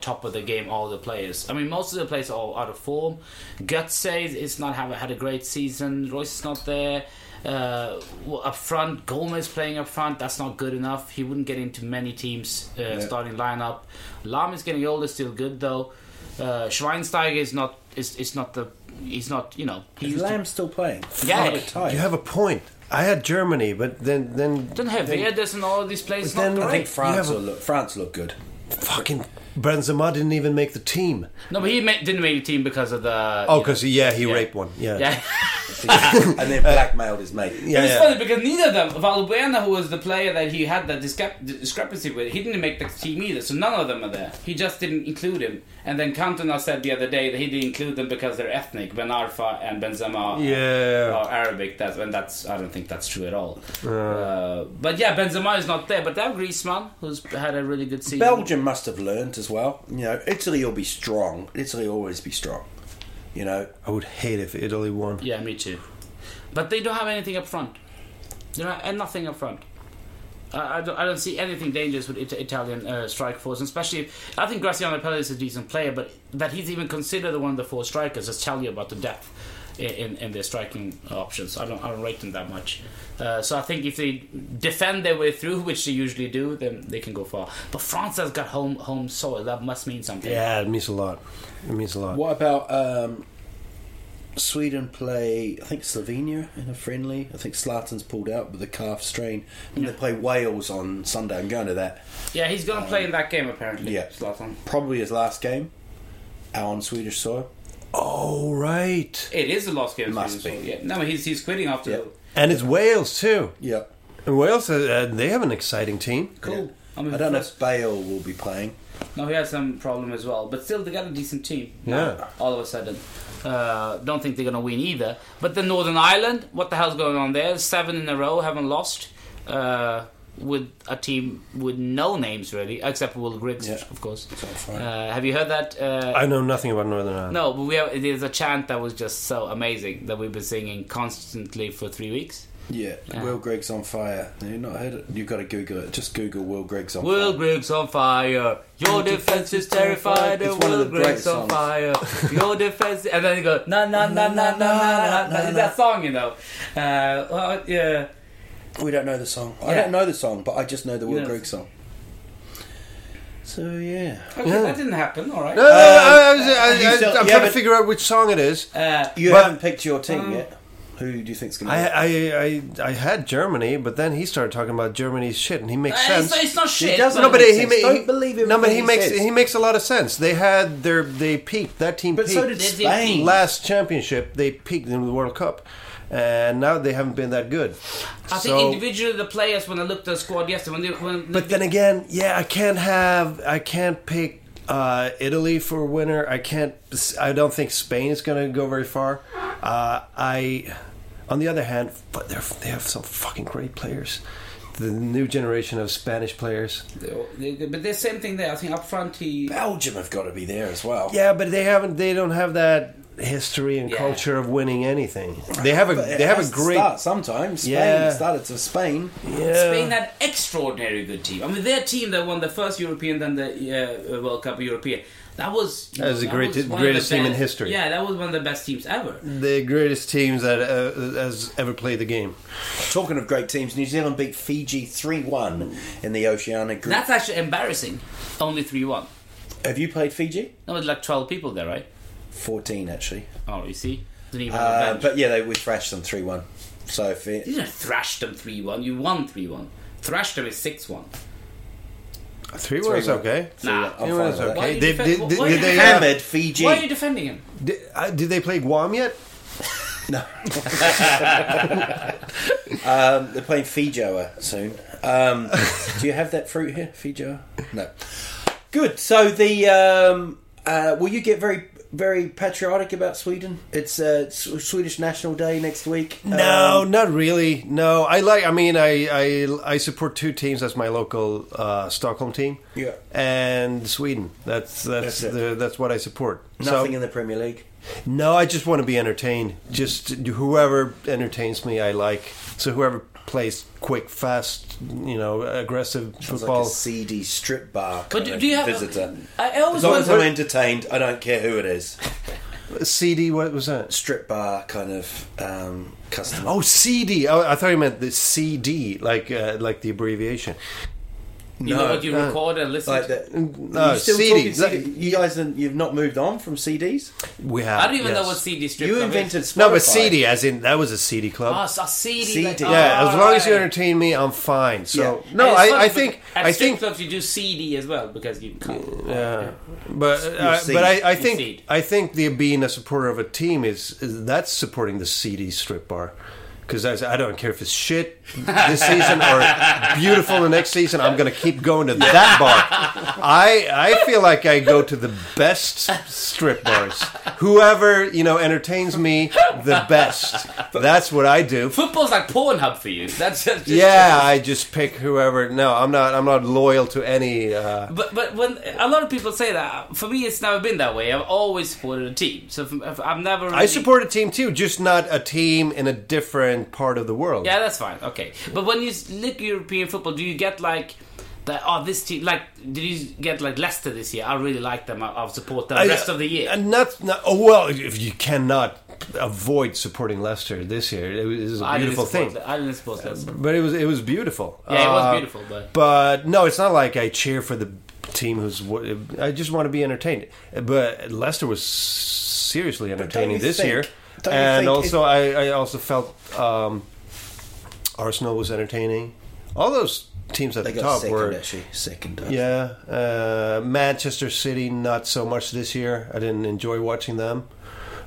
S2: top of the game all the players. I mean, most of the players are out of form. Gutsay is not have had a great season. Royce is not there. Uh, well, up front, Gomez playing up front. That's not good enough. He wouldn't get into many teams uh, starting lineup. Lam is getting older, still good though. Uh, Schweinsteiger is not is, is not the he's not you know he
S3: Is
S2: used to-
S3: Lamb still playing?
S2: Yeah.
S3: Fuck, tight.
S4: You have a point. I had Germany, but then then
S2: don't have Verdes and all these players.
S4: then
S2: Not great.
S4: I
S3: I think France
S4: You
S3: will
S4: have
S3: look. France look good.
S4: fucking Benzema didn't even make the team.
S2: No, but he ma- didn't make the team because of the.
S4: Oh,
S2: you know.
S4: because yeah, he raped one. Yeah.
S2: Yeah.
S3: and then blackmailed his mate.
S4: Yeah,
S2: It's
S4: yeah.
S2: funny because neither of them, Valbuena, who was the player that he had that discap- discrepancy with, he didn't make the team either, so none of them are there. He just didn't include him. And then Cantona said the other day that he didn't include them because they're ethnic. Ben Arfa and Benzema
S4: Yeah.
S2: are Arabic, that's, and that's I don't think that's true at all. Uh, but yeah, Benzema is not there, but they have Griezmann, who's had a really good season.
S3: Belgium must have learnt as well. You know, Italy will be strong. Italy will always be strong. You know,
S4: I would hate if Italy won.
S2: Yeah, me too. But they don't have anything up front. They don't have nothing up front. I, I, don't, I don't see anything dangerous with it, Italian uh, strike force, and especially if I think Graziano Pelle is a decent player, but that he's even considered one of the four strikers does tell you about the depth in, in, in their striking options. I don't, I don't rate them that much. Uh, so I think if they defend their way through, which they usually do, then they can go far. But France has got home home soil. That must mean something.
S4: Yeah, it means a lot. It means a lot.
S3: what about um, Sweden play? I think Slovenia in a friendly. I think Slatan's pulled out with a calf strain, and they play Wales on Sunday. I'm going to that.
S2: Yeah, he's going to play in that game apparently.
S3: Yeah.
S2: Zlatan.
S3: Probably his last game out on Swedish soil.
S4: Oh right,
S2: It is the last game. of
S3: Must
S2: season,
S3: be.
S2: so Yeah. No, he's he's quitting after.
S3: Yeah.
S2: the
S4: and it's Wales too.
S3: Yeah,
S4: And Wales, uh, uh, they have an exciting team.
S2: Cool.
S3: I,
S2: I mean,
S3: don't know if Bale will be playing.
S2: No, he had some problem as well, but still they got a decent team.
S4: Yeah.
S2: All of a sudden, uh, don't think they're gonna win either. But then Northern Ireland, what the hell's going on there? Seven in a row, haven't lost. Uh, with a team with no names really, except Will Griggs,
S3: Yeah.
S2: of course.
S3: far.
S2: Uh, have you heard that? Uh,
S4: I know nothing about Northern Ireland.
S2: no, but we have. There's a chant that was just so amazing that we've been singing constantly for three weeks.
S3: Yeah, Will Griggs on fire. Have you not heard it? You've got to Google it. Just Google Will Griggs on
S2: Will
S3: fire.
S2: Griggs on fire. Your defense is terrified.
S3: It's
S2: And
S3: one of
S2: Will
S3: the great
S2: Griggs on
S3: songs.
S2: fire. Your defense. And then you go na na na na na na na. It's that song, you know. Uh, well, yeah.
S3: We don't know the song. I
S2: Yeah.
S3: don't know the song, but I just know the Will
S2: Yes.
S3: Griggs song. So yeah,
S2: Okay, that didn't happen. All right.
S4: No, no, no, I was,
S3: you
S4: I,
S3: still-
S4: I, I'm
S3: yeah,
S4: trying to
S3: but-
S4: figure out which song it is.
S2: Uh,
S3: you
S4: But-
S3: haven't picked your team yet. Who do you think's going to?
S4: I, I, I, I had Germany, but then he started talking about Germany's shit, and he makes
S2: uh,
S4: sense.
S2: it's, it's not shit.
S3: doesn't-
S4: no, but
S3: make
S4: he,
S3: sense.
S4: ma- he
S3: Don't believe
S4: No, but
S3: everything
S4: he
S3: he
S4: makes
S3: says.
S4: he makes a lot of sense. They had their they peaked. That team
S3: But
S4: peaked.
S3: so did
S2: Did he-
S3: Spain.
S4: last championship. They peaked in the World Cup, and now they haven't been that good.
S2: I think
S4: so,
S2: individually the players when I looked at the squad yesterday when they when
S4: But then again, yeah, I can't have I can't pick uh, Italy for winner. I can't. I don't think Spain is going to go very far. Uh, I, on the other hand, but they're, they have some fucking great players. The new generation of Spanish players.
S2: but the same thing there. I think up front he
S3: Belgium have got to be there as well.
S4: Yeah, but they haven't. They don't have that history and
S2: Yeah.
S4: culture of winning anything. They have a.
S3: But it
S4: They have
S3: has
S4: a
S3: to
S4: great.
S3: start sometime. Spain
S4: Yeah.
S3: started to Spain.
S4: Yeah.
S2: Spain had extraordinary good team. I mean, their team that won the first European, then the uh, World Cup European. That was
S4: That was the great-
S2: one of
S4: greatest team in
S2: best-
S4: history. Mm.
S2: Yeah, that was one of the best teams ever.
S4: The greatest teams that uh, has ever played the game.
S3: Talking of great teams, New Zealand beat Fiji three one in the Oceania group.
S2: That's actually embarrassing. Only three one.
S3: have you played Fiji?
S2: There was like twelve people there, right?
S3: Fourteen actually.
S2: Oh, you see, didn't even have
S3: Uh,
S2: a bench.
S3: but yeah, they we thrashed them three one. So if it,
S2: you didn't thrash them three one. You won three one. Thrashed them is six one.
S4: Three was
S3: one.
S4: okay.
S2: Nah.
S4: It
S3: I'm
S4: was
S3: fine with that.
S2: Why are
S4: okay.
S2: you
S4: They,
S2: defen-
S4: did,
S2: why are you
S4: did, did they
S2: defending-
S4: have,
S3: hammered Fiji.
S2: Why are you defending him?
S4: did, uh, did they play Guam yet?
S3: Um, they're playing Fijoa soon. Um, do you have that fruit here, Fijoa? No. Good. So the um, uh, will you get very very patriotic about Sweden? It's uh, S- Swedish National Day next week.
S4: No,
S3: Um,
S4: not really. No, I like. I mean, I I, I support two teams. That's my local uh, Stockholm team.
S3: Yeah.
S4: And Sweden. That's that's
S3: That's it.
S4: the, that's what I support.
S3: nothing
S4: So-
S3: in the Premier League.
S4: No, I just want to be entertained. Just whoever entertains me, I like. So whoever plays quick, fast, you know, aggressive
S8: Sounds
S4: football.
S8: like a seedy strip bar kind
S2: But do,
S8: of
S2: do you have?
S8: visitor.
S2: I, I always
S8: as long as I'm
S2: wonder.
S8: entertained, I don't care who it is.
S4: CD, what was that?
S8: Strip bar kind of um, customer.
S4: Oh, CD. Oh, I thought you meant the CD, like uh, like the abbreviation.
S2: you know what you record and listen.
S8: like
S2: to?
S8: that.
S4: No,
S8: you still
S4: CD.
S8: talking CD? You guys, didn't- you've not moved on from CDs.
S4: We have.
S2: I don't even know
S4: yes.
S2: what CD strip.
S8: You
S2: club is.
S8: invented Spotify.
S4: No, but CD, as in that was a CD club.
S2: Ah, so CD. like-
S8: CD.
S4: yeah, as
S2: ah,
S4: long as you
S2: right.
S4: entertain me, I'm fine. So
S8: Yeah.
S4: no,
S2: And it's funny,
S4: I, I
S2: but
S4: think
S2: at
S4: I
S2: strip
S4: think,
S2: clubs you do CD as well because you can't.
S4: but uh,
S8: seed.
S4: but I, I
S2: Your
S4: think
S2: seed.
S4: I think the being a supporter of a team is, is that's supporting the CD strip bar. Because I, I don't care if it's shit this season or beautiful the next season, I'm going to keep going to that bar. I I feel like I go to the best strip bars. Whoever you know entertains me the best. That's what I do.
S2: Football's like Pornhub for you. That's just, just
S4: Yeah, I just pick whoever. No, I'm not. I'm not loyal to any. Uh,
S2: But but when a lot of people say that, for me it's never been that way. I've always supported a team, so if- if I've never.
S4: I
S2: really-
S4: support a team too, just not a team in a different part of the world.
S2: Yeah, that's fine. Okay, but when you s- look at European football, do you get like? That, oh, this team! Like, did you get like Leicester this year? I really like them. I- I'll support them the rest of the year.
S4: And not, not. Oh well, if you cannot avoid supporting Leicester this year, it was a
S2: I didn't
S4: beautiful
S2: support.
S4: thing.
S2: Le- I didn't support Leicester.
S4: But it was it was beautiful.
S2: Yeah, it was
S4: Uh,
S2: beautiful, but-
S4: but no, it's not like I cheer for the team who's. w- I just want to be entertained. But Leicester was seriously entertaining
S8: you
S4: this
S8: think-
S4: year,
S8: don't you
S4: and
S8: think
S4: also I, I also felt um, Arsenal was entertaining. All those teams at
S8: They
S4: the
S8: got
S4: top
S8: second
S4: were.
S8: actually. Second.
S4: Yeah, uh, Manchester City not so much this year. I didn't enjoy watching them.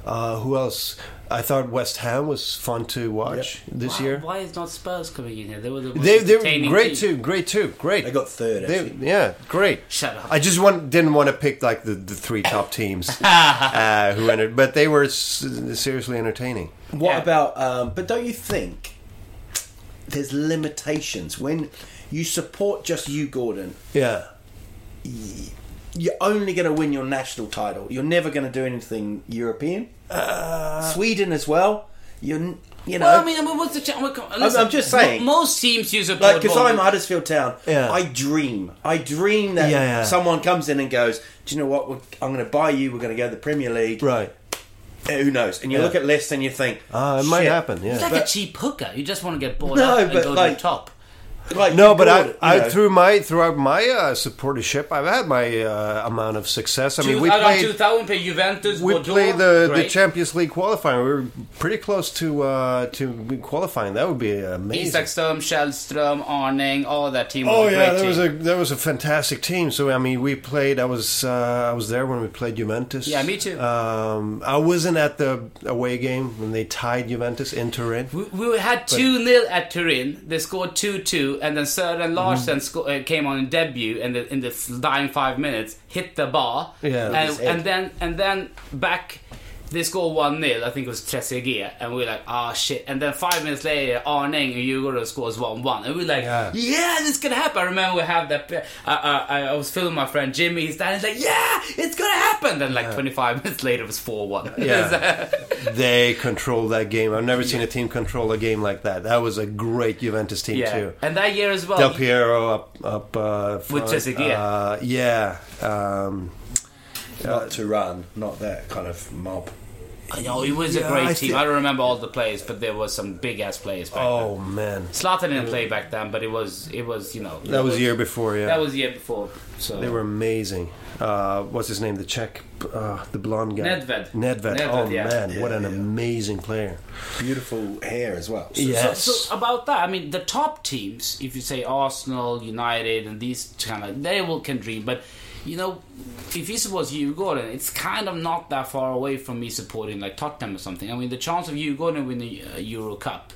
S4: Uh, who else? I thought West Ham was fun to watch this
S2: Why-
S4: year.
S2: Why is not Spurs coming in here? They were the most
S4: They, they're
S2: entertaining
S4: great
S2: team.
S4: too. Great too. Great.
S8: They got third,
S4: They-
S8: actually.
S4: yeah, great.
S2: Shut up.
S4: I just want, didn't want to pick like the, the three top teams
S2: Ah.
S4: uh, who entered, but they were s- seriously entertaining.
S8: What
S2: Yeah.
S8: about? Um, but don't you think there's limitations when you support just you, Gordon?
S4: Yeah,
S8: You're only going to win your national title. You're never going to do anything European.
S4: Uh,
S8: Sweden as well. You're n- you know.
S2: Well, I mean, I mean, what's the chance?
S8: I'm just saying.
S2: most teams use a
S8: like
S2: board
S8: because
S2: ball.
S8: I'm Huddersfield Town,
S4: Yeah.
S8: I dream, I dream that
S4: Yeah, yeah.
S8: someone comes in and goes, "Do you know what? We're, I'm going to buy you. We're going to go to the Premier League.
S4: right.
S8: Eh, Who knows?" And you
S4: Yeah.
S8: look at lists and you think,
S4: Uh, it might
S8: "Shit."
S4: happen. Yeah.
S2: It's like a cheap hooker. You just want to get bored
S8: No,
S2: up and
S8: but
S2: go to
S8: like-
S2: the top.
S8: Like,
S4: No, but
S8: Gordon,
S4: I, I
S8: you know.
S4: through my throughout my uh, supportership, I've had my uh, amount of success. I mean,
S2: Two-
S4: we
S2: out of
S4: played
S2: 2000 play Juventus,
S4: we
S2: Bordeaux,
S4: played the, the
S2: great.
S4: Champions League qualifying. We were pretty close to uh, to qualifying. That would be amazing.
S2: Isak Sturm, Shellström, Arning, all that team.
S4: Oh
S2: was a
S4: yeah,
S2: great
S4: that
S2: team.
S4: was a that was a fantastic team. So I mean, we played. I was uh, I was there when we played Juventus.
S2: Yeah, me too.
S4: Um, I wasn't at the away game when they tied Juventus in Turin.
S2: We, we had 2 0 at Turin. They scored 2 2, and then
S4: Mhm.
S2: Søren Larsen sco- uh, came on in debut and the, in the f- dying five minutes, hit the bar.
S4: Yeah. With
S2: and,
S4: his head.
S2: and then and then back, they score 1 0. I think it was Trezeguet. And we are like, ah, shit. And then five minutes later, Arning and Hugo scores 1 1. And we are like,
S4: Yeah.
S2: yeah. this can happen. I remember we have that. pe- I, I, I was filming my friend Jimmy. He's down. He's like, yeah, it's going to happen. Then, like, 25 minutes later, it was 4 1.
S4: Yeah. they controlled that game. I've never seen a team control a game like that. That was a great Juventus team
S2: yeah.
S4: too.
S2: And that year as well.
S4: Del Piero up up uh, front.
S2: Trezeguet.
S4: Uh, yeah. Um, uh,
S8: not to run, not that kind of mob.
S2: No, it was a
S4: Yeah,
S2: great
S4: I
S2: team.
S4: thi-
S2: I don't remember all the players, but there was some big ass players back
S4: oh
S2: then.
S4: Mm. man,
S2: Slatan didn't play back then, but it was it was you know it
S4: that was the year before. Yeah,
S2: that was the year before. So
S4: They were amazing. Uh, what's his name? The Czech, uh, the blonde guy.
S2: Nedved.
S4: Nedved.
S2: Nedved,
S4: oh
S2: yeah.
S4: man, what an amazing player.
S8: Beautiful hair as well. So-
S4: Yes.
S2: So, so about that, I mean, the top teams, if you say Arsenal, United, and these kind of, they will can dream. But you know, if you support Hugh Gordon, it's kind of not that far away from me supporting like Tottenham or something. I mean, the chance of Hugh Gordon winning the uh, Euro Cup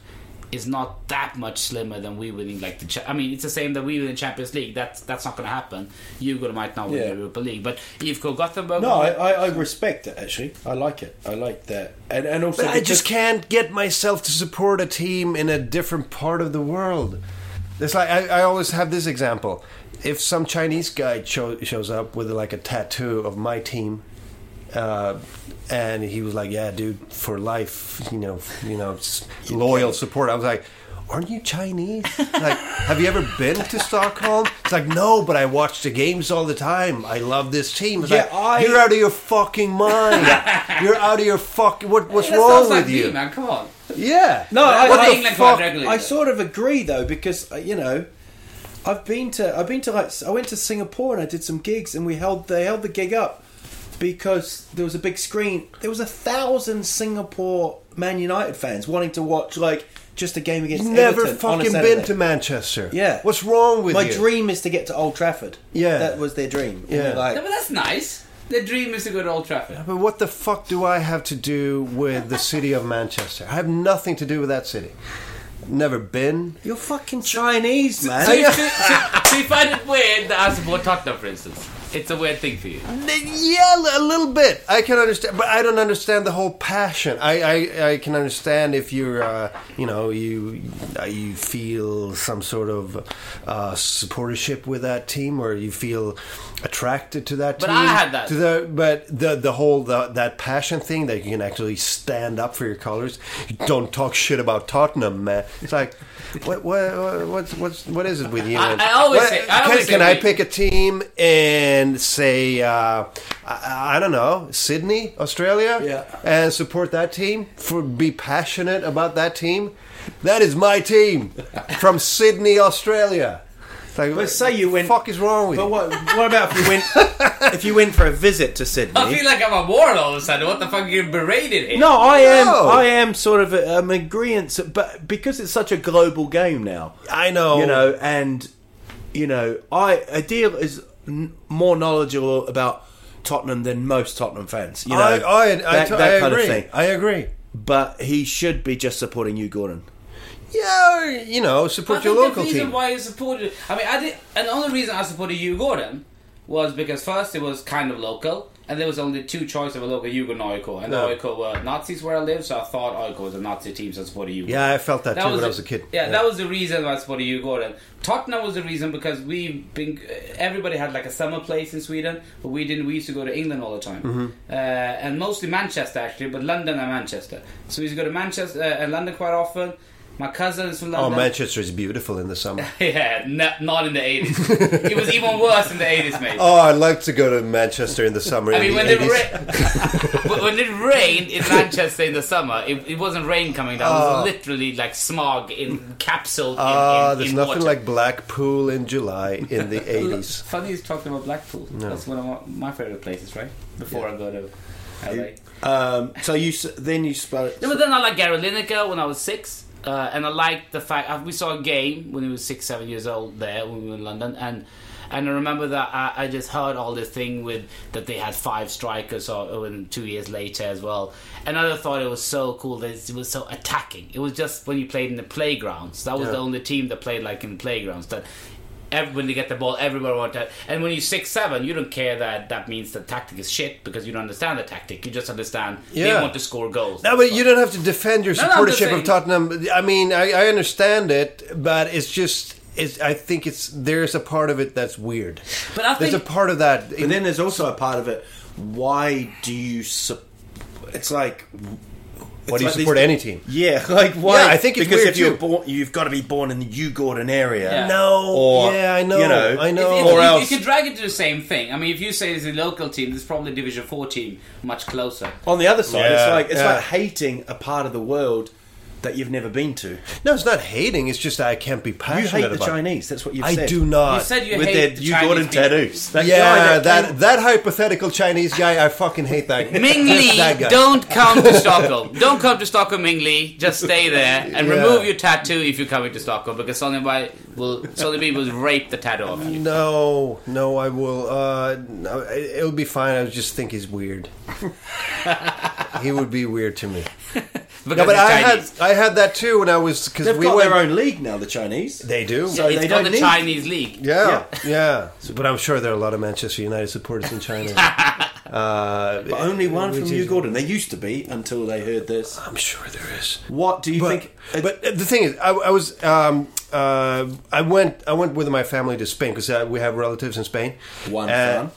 S2: is not that much slimmer than we winning like the. Cha- I mean, it's the same that we win the Champions League. That's that's not going to happen. Hugh Gordon might not win
S8: Yeah.
S2: the Europa League, but if Gothenburg,
S8: No, I, I, I respect it actually. I like it. I like that, and and also
S4: But I
S8: because-
S4: just can't get myself to support a team in a different part of the world. It's like I, I always have this example. If some Chinese guy cho- shows up with like a tattoo of my team Uh, and he was like, "Yeah, dude, for life, you know, you know, s- loyal support." I was like, "Aren't you Chinese? Like, have you ever been to Stockholm?" It's like, "No, but I watch the games all the time. I love this team." It's
S8: Yeah,
S4: like,
S8: I-
S4: "You're out of your fucking mind. You're out of your fucking what? What's
S2: That
S4: wrong
S2: sounds
S4: with
S2: like me,
S4: you?"
S2: man. Come on.
S8: Yeah.
S2: No, I-
S8: what
S2: I
S8: the
S2: England
S8: fuck?
S2: quite regularly.
S8: I sort of agree though because uh, you know, I've been to I've been to like I went to Singapore and I did some gigs and we held they held the gig up because there was a big screen. There was a thousand Singapore Man United fans wanting to watch like just a game against.
S4: You've never
S8: Everton on a
S4: fucking
S8: Saturday.
S4: been to Manchester.
S8: Yeah.
S4: What's wrong with
S8: My
S4: you?
S8: dream is to get to Old Trafford.
S4: Yeah.
S8: That was their dream.
S4: Yeah.
S8: Like,
S2: No, but that's nice. The dream is to go to Old Trafford.
S4: But what the fuck do I have to do with the city of Manchester? I have nothing to do with that city. Never been.
S8: You're fucking Chinese, man.
S2: So, you, so, so- so you find it weird that I support Tottenham, for instance. It's a weird thing for you.
S4: Yeah, a little bit. I can understand, but I don't understand the whole passion. I, I, I can understand if you're, uh, you know, you uh, you feel some sort of uh, supportership with that team, or you feel attracted to that
S2: But
S4: team.
S2: I had that.
S4: To the, but the the whole the, that passion thing that you can actually stand up for your colors. You don't talk shit about Tottenham, man. It's like, what what what what's, what's what is it with you?
S2: I-
S4: man?
S2: I always
S4: What-
S2: say- I
S4: can,
S2: always say
S4: can I
S2: we-
S4: pick? pick a team and say, uh, I, I don't know, Sydney, Australia,
S8: Yeah.
S4: and support that team for be passionate about that team. That is my team from Sydney, Australia. It's Like,
S3: But say you win.
S4: What the fuck is wrong with
S3: But
S4: you?
S3: what, what about if you win? if you win for a visit to Sydney?
S2: I feel like I'm a war all of a sudden. What the fuck? You're berated here.
S3: No, I am.
S4: No.
S3: I am sort of a, um, agreeance, but because it's such a global game now,
S4: I know.
S3: you know, and you know, I Adil is n- more knowledgeable about Tottenham than most Tottenham fans. You know,
S4: I, I, I,
S3: that,
S4: to-
S3: that
S4: I
S3: kind
S4: agree.
S3: of thing.
S4: I agree.
S3: But he should be just supporting you, Gordon.
S4: Yeah, or, you know,
S2: I
S4: support
S2: think
S4: your local
S2: the reason
S4: team.
S2: why you supported. I mean, I did. Another reason I supported Hugh Gordon was because first it was kind of local, and there was only two choices of a local Hugo and Oiko, and
S4: No.
S2: Oiko were Nazis where I live, so I thought Oiko was a Nazi team, so I supported Hugo.
S4: yeah, I felt that, too when
S2: the-
S4: I was a kid.
S2: Yeah, that was the reason why I supported you, Gordon. Tottenham was the reason because we've been. uh, Everybody had like a summer place in Sweden, but we didn't. We used to go to England all the time,
S4: Mm-hmm.
S2: uh, and mostly Manchester actually, but London and Manchester. So we used to go to Manchester uh, and London quite often. My cousin is from
S4: Oh,
S2: London.
S4: Manchester is beautiful in the summer.
S2: Yeah, n- not in the eighties. it was even worse in the eighties, mate.
S4: oh, I'd like to go to Manchester in the summer.
S2: I
S4: in
S2: mean,
S4: the
S2: when it,
S4: 80s.
S2: ra- when- when it rained in Manchester in the summer, it, it wasn't rain coming down. it was literally like smog in capsule.
S4: Oh. Ah,
S2: in, in,
S4: there's
S2: in
S4: nothing
S2: water.
S4: like Blackpool in July in the 80s.
S2: Funny he's talking about Blackpool. That's one of my, my favorite places, right? Before I go to LA.
S3: Um, so you s- then you spoke.
S2: No, but then I like Gary Lineker when I was six, uh, and I liked the fact uh, we saw a game when he was six, seven years old there when we were in London, and and I remember that I, I just heard all this thing with that they had five strikers, or, or in two years later as well, and I just thought it was so cool that it was so attacking. It was just when you played in the playgrounds. That was the only team that played like in playgrounds that. Every, when they get the ball, everywhere want to. And when you're six seven, you don't care that that means the tactic is shit because you don't understand the tactic. You just understand
S4: Yeah.
S2: they want to score goals.
S4: No, but you don't have to defend your
S2: No, no, I'm just
S4: supportership of
S2: saying-
S4: Tottenham. I mean, I, I understand it, but it's just. It's, I think it's there's a part of it that's weird.
S2: But I
S4: there's a
S2: think-
S4: part of that.
S3: But then there's also a part of it. Why do you? Su- it's like
S4: Why do you
S3: like
S4: support
S3: these-
S4: any team?
S3: Yeah, like why?
S4: Yeah, I think it's
S3: because
S4: weird
S3: if you're
S4: too.
S3: born, you've got to be born in the U Gordon area.
S2: Yeah.
S4: No,
S3: or
S4: yeah, I know,
S3: You know,
S4: I know.
S2: If- if-
S3: or
S2: you-
S3: else.
S2: You can drag it to the same thing. I mean, if you say it's a local team, there's probably a Division 4 team much closer.
S3: on the other side, it's
S4: Yeah,
S3: like it's
S4: yeah.
S3: like hating a part of the world that you've never been to.
S4: No, it's not hating. It's just I can't be
S3: You
S4: passionate
S3: hate the
S4: about. it.
S3: Chinese. That's what you've
S4: I
S3: said.
S4: do not.
S2: You said you
S3: with
S2: hate
S3: their
S2: the
S3: U
S2: Chinese
S3: Gordon
S2: people.
S3: tattoos. That
S4: yeah,
S3: guy
S4: that
S3: came-
S4: that hypothetical Chinese guy. I fucking hate that. guy.
S2: Ming Lee,
S4: That guy.
S2: don't come to Stockholm. Don't come to Stockholm, Ming Lee. Just stay there and
S4: Yeah.
S2: remove your tattoo if you're coming to Stockholm because somebody will, somebody will rape the tattoo off you.
S4: No, no, I will. Uh, no, it- it'll be fine. I just think he's weird. he would be weird to me.
S2: Because
S4: No, but
S2: it's
S4: I had
S2: Chinese.
S4: I had that too when I was because
S3: They've
S4: we
S3: got
S4: went.
S3: their own league now. The Chinese.
S4: They do.
S3: So
S2: it's
S3: they
S2: called
S3: don't
S2: the
S3: need-
S2: Chinese League.
S4: yeah, yeah. So- but I'm sure there are a lot of Manchester United supporters in China. uh,
S3: But only one
S4: which
S3: from
S4: is-
S3: U Gordon. They used to be until they heard this.
S4: I'm sure there is.
S3: What do you
S4: but,
S3: think?
S4: but the thing is, I, I was um, uh, I went I went with my family to Spain because uh, we have relatives in Spain. Uh,
S3: One fan.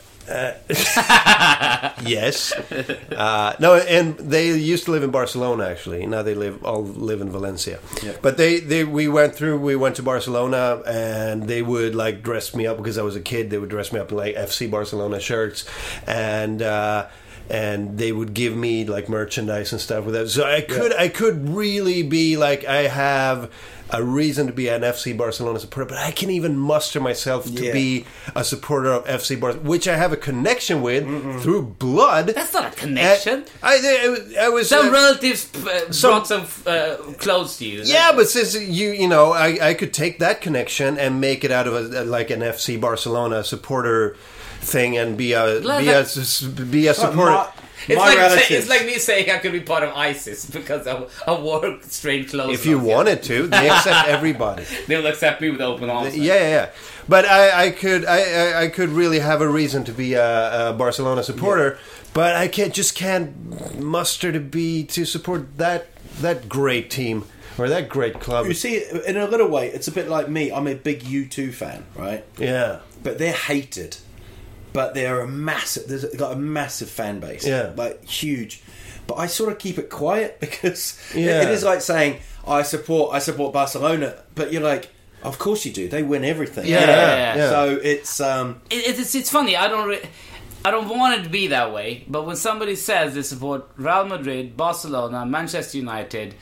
S4: yes. Uh, no, and they used to live in Barcelona actually. Now they live all live in Valencia. But they, they we went through. We went to Barcelona, and they would like dress me up because I was a kid. They would dress me up in like FC Barcelona shirts, and. Uh, and they would give me like merchandise and stuff with that. So I could I could really be like I have a reason to be an FC Barcelona supporter, but I can even muster myself to
S3: Yeah.
S4: be a supporter of FC Barcelona, which I have a connection with through blood.
S2: Mm-hmm. That's not a connection.
S4: I, I, I was
S2: some
S4: uh,
S2: relatives uh,
S4: some-
S2: brought some uh, clothes to you.
S4: yeah, but since you you know, I, I could take that connection and make it out of a, like an FC Barcelona supporter thing and be a
S2: Like
S4: be a,
S2: that-
S4: s- be a supporter.
S3: my-
S2: It's
S3: my
S2: like,
S3: relatives.
S2: it's like me saying I could be part of ISIS because I, I wore strange clothes.
S4: if you
S2: last year.
S4: wanted to, they accept everybody.
S2: they will accept me with open arms.
S4: Yeah, yeah, yeah. But I, I could, I, I, I could really have a reason to be a, a Barcelona supporter, but I can't, just can't muster to be to support that that great team or that great club.
S3: You see, in a little way, it's a bit like me. I'm a big U2 fan, right?
S2: Uh,
S4: yeah,
S3: But they're hated. But they're a massive. There's got a massive fan base.
S4: Yeah.
S3: like huge. But I sort of keep it quiet because it-
S4: Yeah.
S3: it is like saying I support I support Barcelona, but you're like, of course you do. They win everything.
S4: yeah, yeah.
S2: yeah.
S3: So it's um,
S2: It, it- it's, it's funny. I don't. Re- I don't want it to be that way, but when somebody says they support Real Madrid, Barcelona, Manchester United,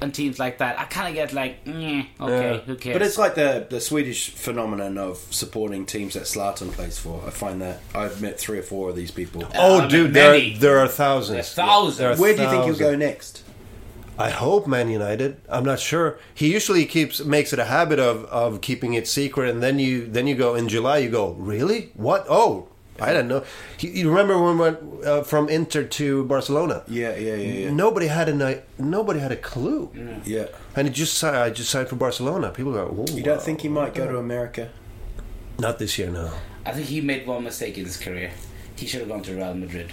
S2: and teams like that, I kind of get like, mm, okay, who cares?
S3: But it's like the the Swedish phenomenon of supporting teams that Zlatan plays for. I find that I've met three or four of these people.
S4: Oh,
S2: I
S4: dude,
S2: mean,
S4: there
S2: many.
S4: are, there are thousands.
S2: There are thousands.
S4: There are
S3: Where do you think he'll
S4: thousands.
S3: go next?
S4: I hope Man United. I'm not sure. He usually keeps makes it a habit of of keeping it secret, and then you then you go in July. You go really what? Oh, I don't know. He, you remember when we went uh, from Inter to Barcelona?
S3: Yeah, yeah, yeah, yeah.
S4: Nobody had a ni- nobody had a clue,
S3: Yeah.
S4: and it just si- I just signed for Barcelona. People go, oh,
S3: You don't think he might go to America?
S4: not this year? No.
S2: I think he made one mistake in his career. He should have gone to Real Madrid.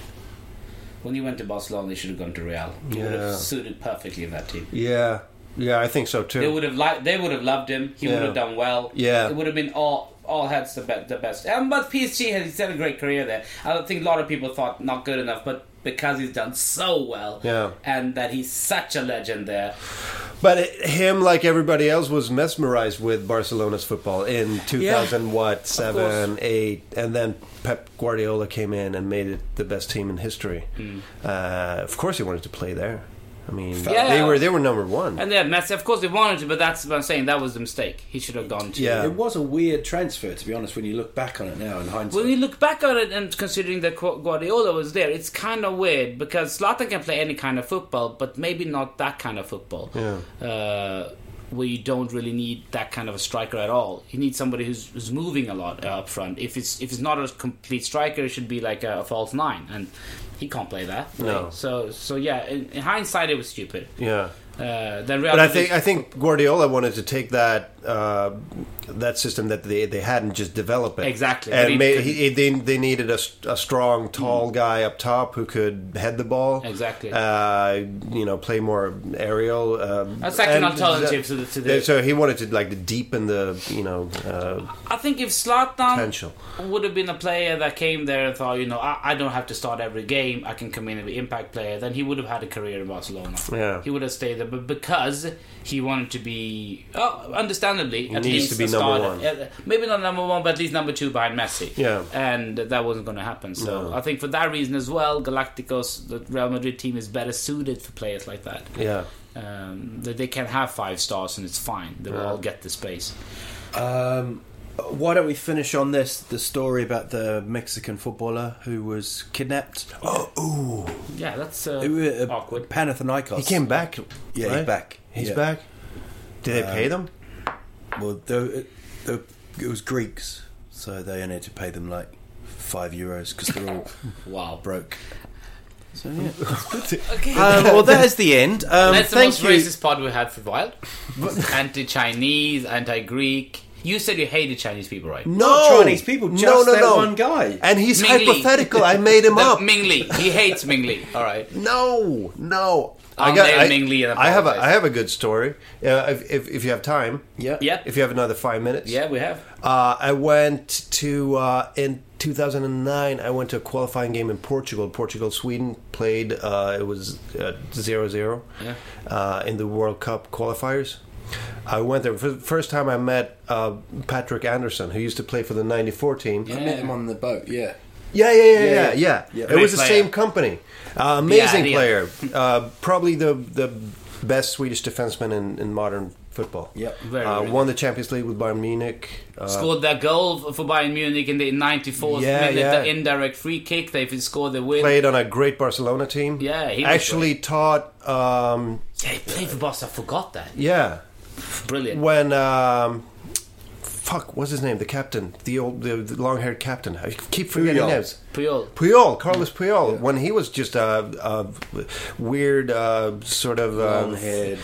S2: When he went to Barcelona, he should have gone to Real. He would
S4: Yeah.
S2: have suited perfectly in that team.
S4: Yeah, yeah, I think so too.
S2: They would have liked. They would have loved him. He
S4: Yeah.
S2: would have done well.
S4: Yeah.
S2: it would have been all all heads the, be- the best. Um, but PSG has he's had a great career there. I don't think a lot of people thought not good enough, but because he's done so well,
S4: Yeah.
S2: and that he's such a legend there.
S4: But it- him, like everybody else, was mesmerized with Barcelona's football in 2000, what, seven, eight, and then Pep Guardiola came in and made it the best team in history.
S3: Hmm.
S4: Uh, of course, he wanted to play there. I mean,
S2: Yeah.
S4: they were they were number one.
S2: And they had Messi. Of course, they wanted to, but that's what I'm saying. That was the mistake. He should have gone to.
S4: Yeah.
S3: It was a weird transfer, to be honest, when you look back on it now in hindsight.
S2: When you look back on it and considering that Gu- Guardiola was there, it's kind of weird because Zlatan can play any kind of football, but maybe not that kind of football. Uh, where you don't really need that kind of a striker at all. You need somebody who's, who's moving a lot uh, up front. If it's if it's not a complete striker, it should be like a, a false nine, and he can't play that.
S4: No.
S2: So so yeah, in, in hindsight, it was stupid.
S4: yeah.
S2: Uh, then Real
S4: But I
S2: Madrid-
S4: think I think Guardiola wanted to take that uh, that system that they, they had and just develop it
S2: Exactly. But
S4: And
S2: he
S4: made,
S2: couldn't.
S4: he, they they needed a, s- a strong, tall guy up top who could head the ball.
S2: Exactly.
S4: Uh, you know, play more aerial. Um,
S2: That's actually an
S4: and-
S2: alternative to the- to the-
S4: So he wanted to like deepen the you know. Uh,
S2: I think if Zlatan
S4: Potential.
S2: would have been a player that came there and thought, you know, I, I don't have to start every game, I can come in and be impact player, then he would have had a career in Barcelona.
S4: Yeah.
S2: He would have stayed there, but because he wanted to be, oh, understandably, at
S4: needs
S2: least
S4: to be
S2: a
S4: number
S2: starter.
S4: one.
S2: Uh, Maybe not number one, but at least number two behind Messi.
S4: Yeah.
S2: And that wasn't going to happen. So
S4: No.
S2: I think for that reason as well, Galacticos, the Real Madrid team, is better suited for players like that.
S4: yeah.
S2: Um, that they can have five stars and it's fine. They will all get the space.
S3: Um, why don't we finish on this the story about the Mexican footballer who was kidnapped?
S2: Yeah, that's uh,
S3: Who, uh,
S2: awkward.
S3: Panathinaikos.
S4: He came back.
S3: Yeah, he's
S4: right?
S3: back.
S4: He's
S3: Yeah.
S4: back. Did they
S8: Uh,
S4: pay them?
S3: Well, the, the, it was Greeks, so they only had to pay them like five euros because they're all
S2: Wow.
S3: broke. So yeah, okay. um, well, there's the end. Um,
S2: That's the
S3: thank
S2: most
S3: you.
S2: racist pod we had for a while. anti Chinese, anti Greek. You said you hated Chinese people, right?
S8: Not Chinese people, just that one guy.
S4: And he's
S2: Ming Lee.
S4: hypothetical. I made him
S2: The-
S4: up.
S2: Ming Lee. He hates Ming Lee. All right.
S4: No, no.
S2: I'll nail Oh, Ming Lee and
S4: I have a
S2: apologize.
S4: I have a good story. Uh, if, if if you have time,
S8: Yeah.
S2: Yeah.
S4: If you have another five minutes,
S2: Yeah, we have.
S4: Uh, I went to uh, in 2009. I went to a qualifying game in Portugal. Portugal Sweden played. Uh, it was zero zero
S2: Yeah.
S4: uh, in the World Cup qualifiers. I went there for the first time. I met uh, Patrick Anderson, who used to play for the '94 team.
S8: I met him on the boat. Yeah.
S4: Yeah, yeah, yeah, yeah,
S8: Yeah,
S4: yeah.
S8: yeah.
S4: It was the
S2: player.
S4: same company. Uh, amazing
S2: Yeah, yeah.
S4: player. Uh, probably the the best Swedish defenseman in, in modern football.
S8: Yep.
S2: Very
S4: uh,
S2: good.
S4: won the Champions League with Bayern Munich. Uh,
S2: Scored that goal for Bayern Munich in the 94th
S4: Yeah,
S2: minute,
S4: yeah.
S2: the indirect free kick. They scored the win.
S4: played on a great Barcelona team.
S2: Yeah, he was
S4: actually taught. Um,
S2: Yeah, he played for Barca. I forgot that.
S4: yeah,
S2: Brilliant.
S4: when um, fuck, what's his name? The captain, the old, the, the long-haired captain. I keep forgetting
S8: Puyol.
S4: names.
S2: Puyol.
S4: Puyol, Carlos Puyol, when he was just a, a weird uh, sort of
S3: Um,
S8: Long
S4: uh,
S8: haired,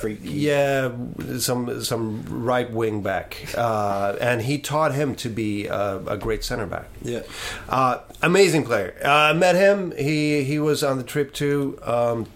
S8: freaky.
S4: Yeah, some some right wing back, uh, and he taught him to be a, a great center back.
S8: Yeah.
S4: uh, amazing player. Uh, I met him. He he was on the trip too. Um,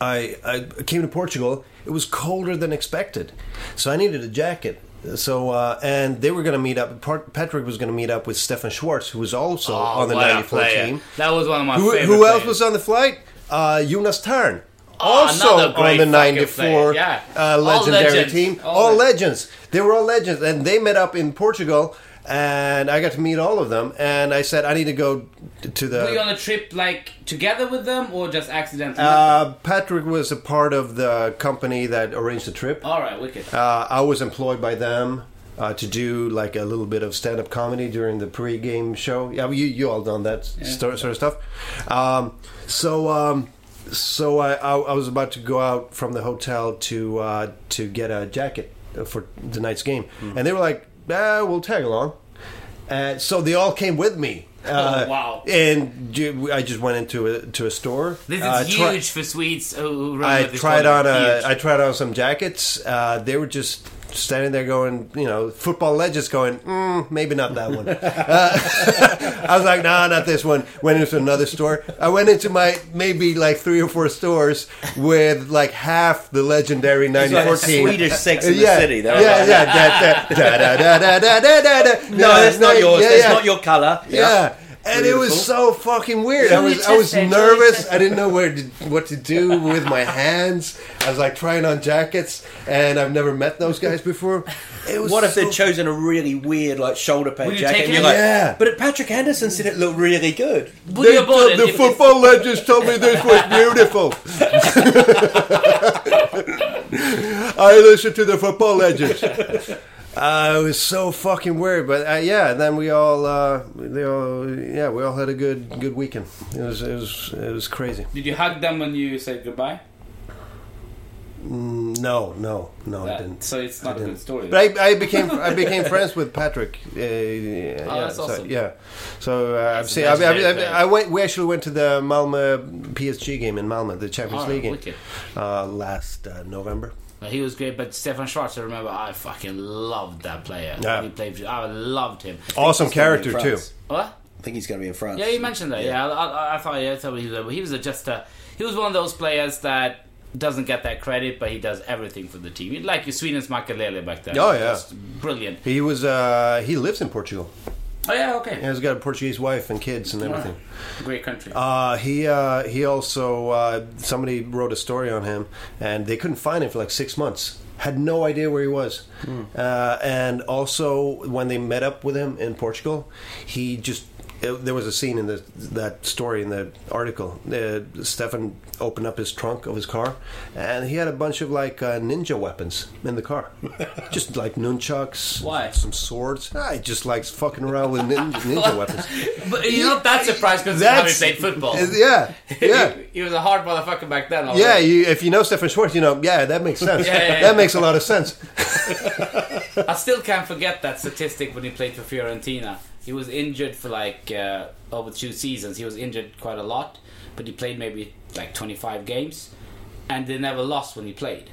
S4: I I came to Portugal. It was colder than expected, so I needed a jacket. So uh, and they were going to meet up. Pat- Patrick was going to meet up with Stefan Schwartz, who was also on the
S2: Oh, what a
S4: '94
S2: player.
S4: team.
S2: That was one of my
S4: Who,
S2: favorite
S4: who else
S2: players.
S4: was on the flight? Uh, Jonas Tarn.
S2: Oh, another
S4: also
S2: great
S4: on the
S2: fucking
S4: 94
S2: player, yeah.
S4: uh,
S2: All
S4: legendary
S2: legends.
S4: team.
S2: All
S4: All,
S2: le-
S4: legends. They were all legends. And they met up in Portugal, and I got to meet all of them. And I said, I need to go t- to
S2: Were you on
S4: the.
S2: a trip like together with them or just accidentally?
S4: Uh, Patrick was a part of the company that arranged the trip.
S2: All right, wicked.
S4: Uh, I was employed by them. Uh, to do like a little bit of stand-up comedy during the pre-game show. Yeah, you you all done that stor- sort of stuff. Um, so um, so I, I, I was about to go out from the hotel to uh, to get a jacket for the night's game,
S2: Hmm.
S4: and they were like, ah, "We'll tag along." Uh, so they all came with me. Uh,
S2: Oh, wow.
S4: And ju- I just went into a, to a store.
S2: this is
S4: uh,
S2: huge
S4: try-
S2: for Swedes. Who who run
S4: I
S2: with this
S4: tried on
S2: tournament.
S4: a,
S2: Huge.
S4: I tried on some jackets. Uh, they were just standing there going, you know, football legends going, mm, maybe not that one. uh, I was like, nah, not this one. Went into another store. I went into my maybe like three or four stores with like half the legendary
S8: It's like
S4: '94
S8: a
S4: team.
S8: Swedish Sex in
S4: yeah,
S8: the City. That
S4: Yeah,
S8: was
S4: yeah,
S8: like-
S4: yeah. da- da- da- da- da- da- da- da- da.
S8: No, that's not yours.
S4: yeah,
S8: that's
S4: yeah.
S8: not your colour.
S4: Yeah. And it was so fucking weird. I was I was nervous. I didn't know where to, what to do with my hands. I was like trying on jackets, and I've never met those guys before. It was
S8: What if
S4: so-
S8: they'd chosen a really weird, like shoulder pad
S2: you
S8: jacket?
S2: take
S8: And
S2: it?
S8: you're like,
S4: Yeah.
S8: But Patrick Anderson said it looked really good.
S2: Would you bought
S4: the,
S2: it
S4: the
S2: if-
S4: football legends told me this was beautiful. I listen to the football legends. Uh, it was so fucking weird, but uh, yeah. Then we all, uh, they all, yeah, we all had a good, good weekend. It was, it was, it was crazy.
S2: Did you hug them when you said goodbye?
S4: No, no, no, I
S2: That-
S4: didn't.
S2: so it's not a good story.
S4: But I, I became I became friends with Patrick. Uh, yeah,
S2: Oh, that's
S4: so,
S2: awesome.
S4: Yeah, so uh, I've
S2: a
S4: seen. I've, I've,
S2: legendary
S4: I've,
S2: player.
S4: I went. We actually went to the Malmo PSG game in Malmo, the Champions
S2: Oh,
S4: League game,
S2: wicked.
S4: uh, last uh, November.
S2: But he was great, but Stefan Schwarz, I remember, I fucking loved that player.
S4: Yeah.
S2: He played, for- I loved him.
S4: Awesome
S8: he's gonna be
S4: character
S8: in
S4: too.
S8: France.
S2: What?
S8: I think he's going to be in France.
S2: Yeah, you mentioned that. Yeah, I, I, I thought, yeah, I thought he was, a- he was a, just a, he was one of those players that doesn't get that credit, but he does everything for the team. Like your Sweden's Makalele back then.
S4: Oh, yeah.
S2: Just brilliant.
S4: He was. Uh, he lives in Portugal.
S2: Oh yeah, okay.
S4: He has got a Portuguese wife and kids and everything.
S2: Great country.
S4: Uh, he uh, he also uh, somebody wrote a story on him, and they couldn't find him for like six months. Had no idea where he was. Uh, and also, when they met up with him in Portugal, he just it- there was a scene in the that story in the article. Uh, Stefan opened up his trunk of his car, and he had a bunch of like uh, ninja weapons in the car, just like nunchucks,
S2: Why?
S4: some swords. I just likes fucking around with nin- ninja weapons.
S2: but you're not that surprised because how he
S4: That's-
S2: played football.
S4: Yeah, yeah.
S2: he, he was a hard motherfucker back then. already.
S4: Yeah, you, if you know Stefan Schwartz, you know, yeah, that makes sense.
S2: Yeah, yeah, yeah.
S4: That makes a lot of sense.
S2: I still can't forget that statistic when he played for Fiorentina. He was injured for like uh, over two seasons. He was injured quite a lot, but he played maybe like 25 games, and they never lost when he played.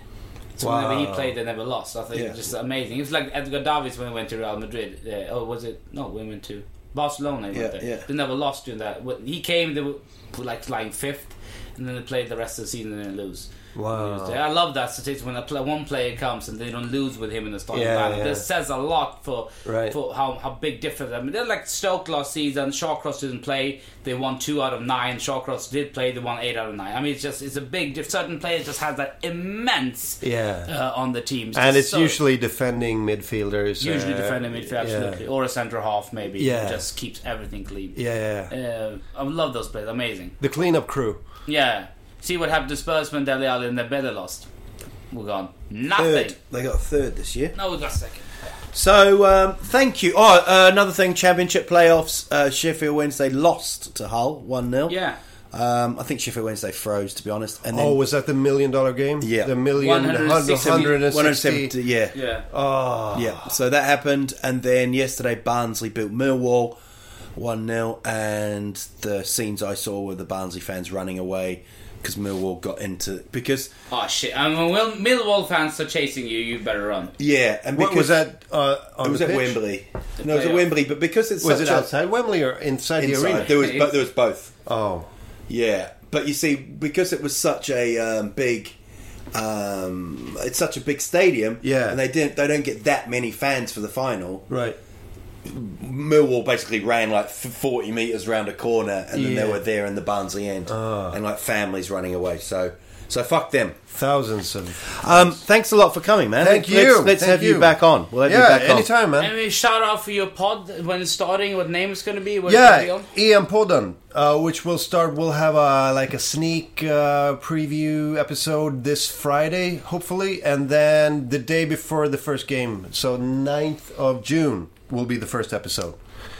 S2: So whenever he played, they never lost. I think it's just amazing. It's like Edgar Davids when he went to Real Madrid. Uh, or was it? No, when he went to Barcelona. he went
S8: Yeah,
S2: there.
S8: yeah.
S2: They never lost during that. When he came, they were like flying fifth, and then they played the rest of the season and then lose. Wow. I love that statistic when a pla one player comes and they don't lose with him in the starting
S4: Yeah,
S2: lineup.
S4: yeah.
S2: That Oh, says a lot for
S4: Right.
S2: for how, how big difference. I mean, they're like Stoke last season. Shawcross didn't play. They won two out of nine. Shawcross did play. They won eight out of nine. I mean, it's just it's a big. diff Certain players just have that immense
S4: Yeah.
S2: uh, on the team,
S4: and
S2: just
S4: it's
S2: so-
S4: usually defending midfielders.
S2: usually
S4: uh,
S2: defending midfield, absolutely, or a centre half maybe.
S4: Yeah.
S2: just keeps everything clean.
S4: Yeah, yeah.
S2: Uh, I love those players. Amazing.
S4: The cleanup crew.
S2: Yeah. See what happened to Spurs when Dele Alli and Dembele lost. We're gone. Nothing.
S8: Third. They got third this year.
S2: No, we got second.
S3: So um, thank you. Oh, uh, another thing: Championship playoffs. Uh, Sheffield Wednesday lost to Hull one 0
S2: Yeah.
S3: Um, I think Sheffield Wednesday froze, to be honest. And then
S4: Oh, was that the million dollar game?
S3: Yeah.
S4: The million,
S2: 160.
S4: 160.
S3: 170. Yeah.
S2: Yeah.
S4: Oh.
S3: Yeah, so that happened, and then yesterday Barnsley built Millwall 1 0, and the scenes I saw were the Barnsley fans running away because Millwall got into. Because,
S2: Oh shit! I mean, well, Millwall fans are chasing you. You better run.
S3: yeah, and because.
S4: What was that uh, on
S3: It was
S4: the
S3: at
S4: pitch?
S3: Wembley. No, it was at
S2: playoff.
S3: Wembley, but because it's
S4: Was
S3: such
S4: it
S3: a-
S4: outside Wembley or inside, the
S3: Inside.
S4: arena?
S3: There was, bo- there was both.
S4: Oh,
S3: Yeah, but you see, because it was such a um, big, um, it's such a big stadium.
S4: Yeah.
S3: and they didn't, they don't get that many fans for the final.
S4: right.
S3: Millwall basically ran like f- forty meters round a corner, and then they
S4: Yeah.
S3: were there in the Barnsley end, and like families running away. So, so fuck them.
S4: Thousands of.
S3: Um, thanks a lot for coming, man.
S4: Thank
S3: Let's-
S4: you.
S3: Let's, let's
S4: Thank
S3: have you.
S4: you.
S3: back on. We'll have you
S4: Yeah,
S3: back on.
S4: anytime, man.
S2: And we shout out for your pod when it's starting, what name it's going to be, what it's
S4: Yeah,
S2: going to be
S4: EM Podden, uh, which will start. We'll have a like a sneak uh, preview episode this Friday, hopefully, and then the day before the first game, so 9th of June will be the first episode.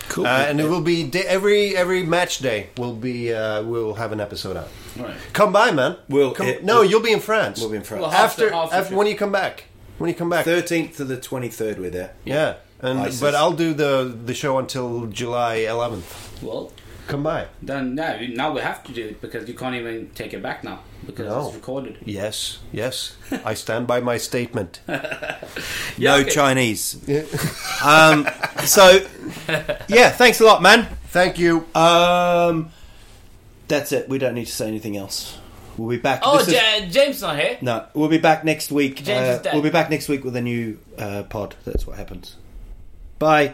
S4: Cool. Uh, and it will be day, every every match day. Will be uh, we'll have an episode out.
S2: Right.
S4: Come by, man.
S3: We'll-
S4: come,
S3: it-
S4: no, you'll be in France.
S3: We'll be in France.
S2: Well, half the-
S4: after,
S2: half the
S4: after
S2: trip.
S4: when you come back. When you come back,
S3: Thirteenth to the twenty third, we're there.
S4: yeah. And
S3: Isis.
S4: but I'll do the the show until July 11th.
S2: on. Well,
S4: Come by.
S2: then now now we have to do it because you can't even take it back now because
S4: No.
S2: it's recorded.
S4: Yes, yes. I stand by my statement.
S3: no Chinese. um, so, yeah, thanks a lot, man.
S4: Thank you.
S3: Um, that's it. We don't need to say anything else. We'll be back.
S2: Oh,
S3: this is-
S2: Ja- James not here.
S3: no, we'll be back next week.
S2: James is
S3: Uh,
S2: dead.
S3: we'll be back next week with a new uh, pod. That's what happens. Bye.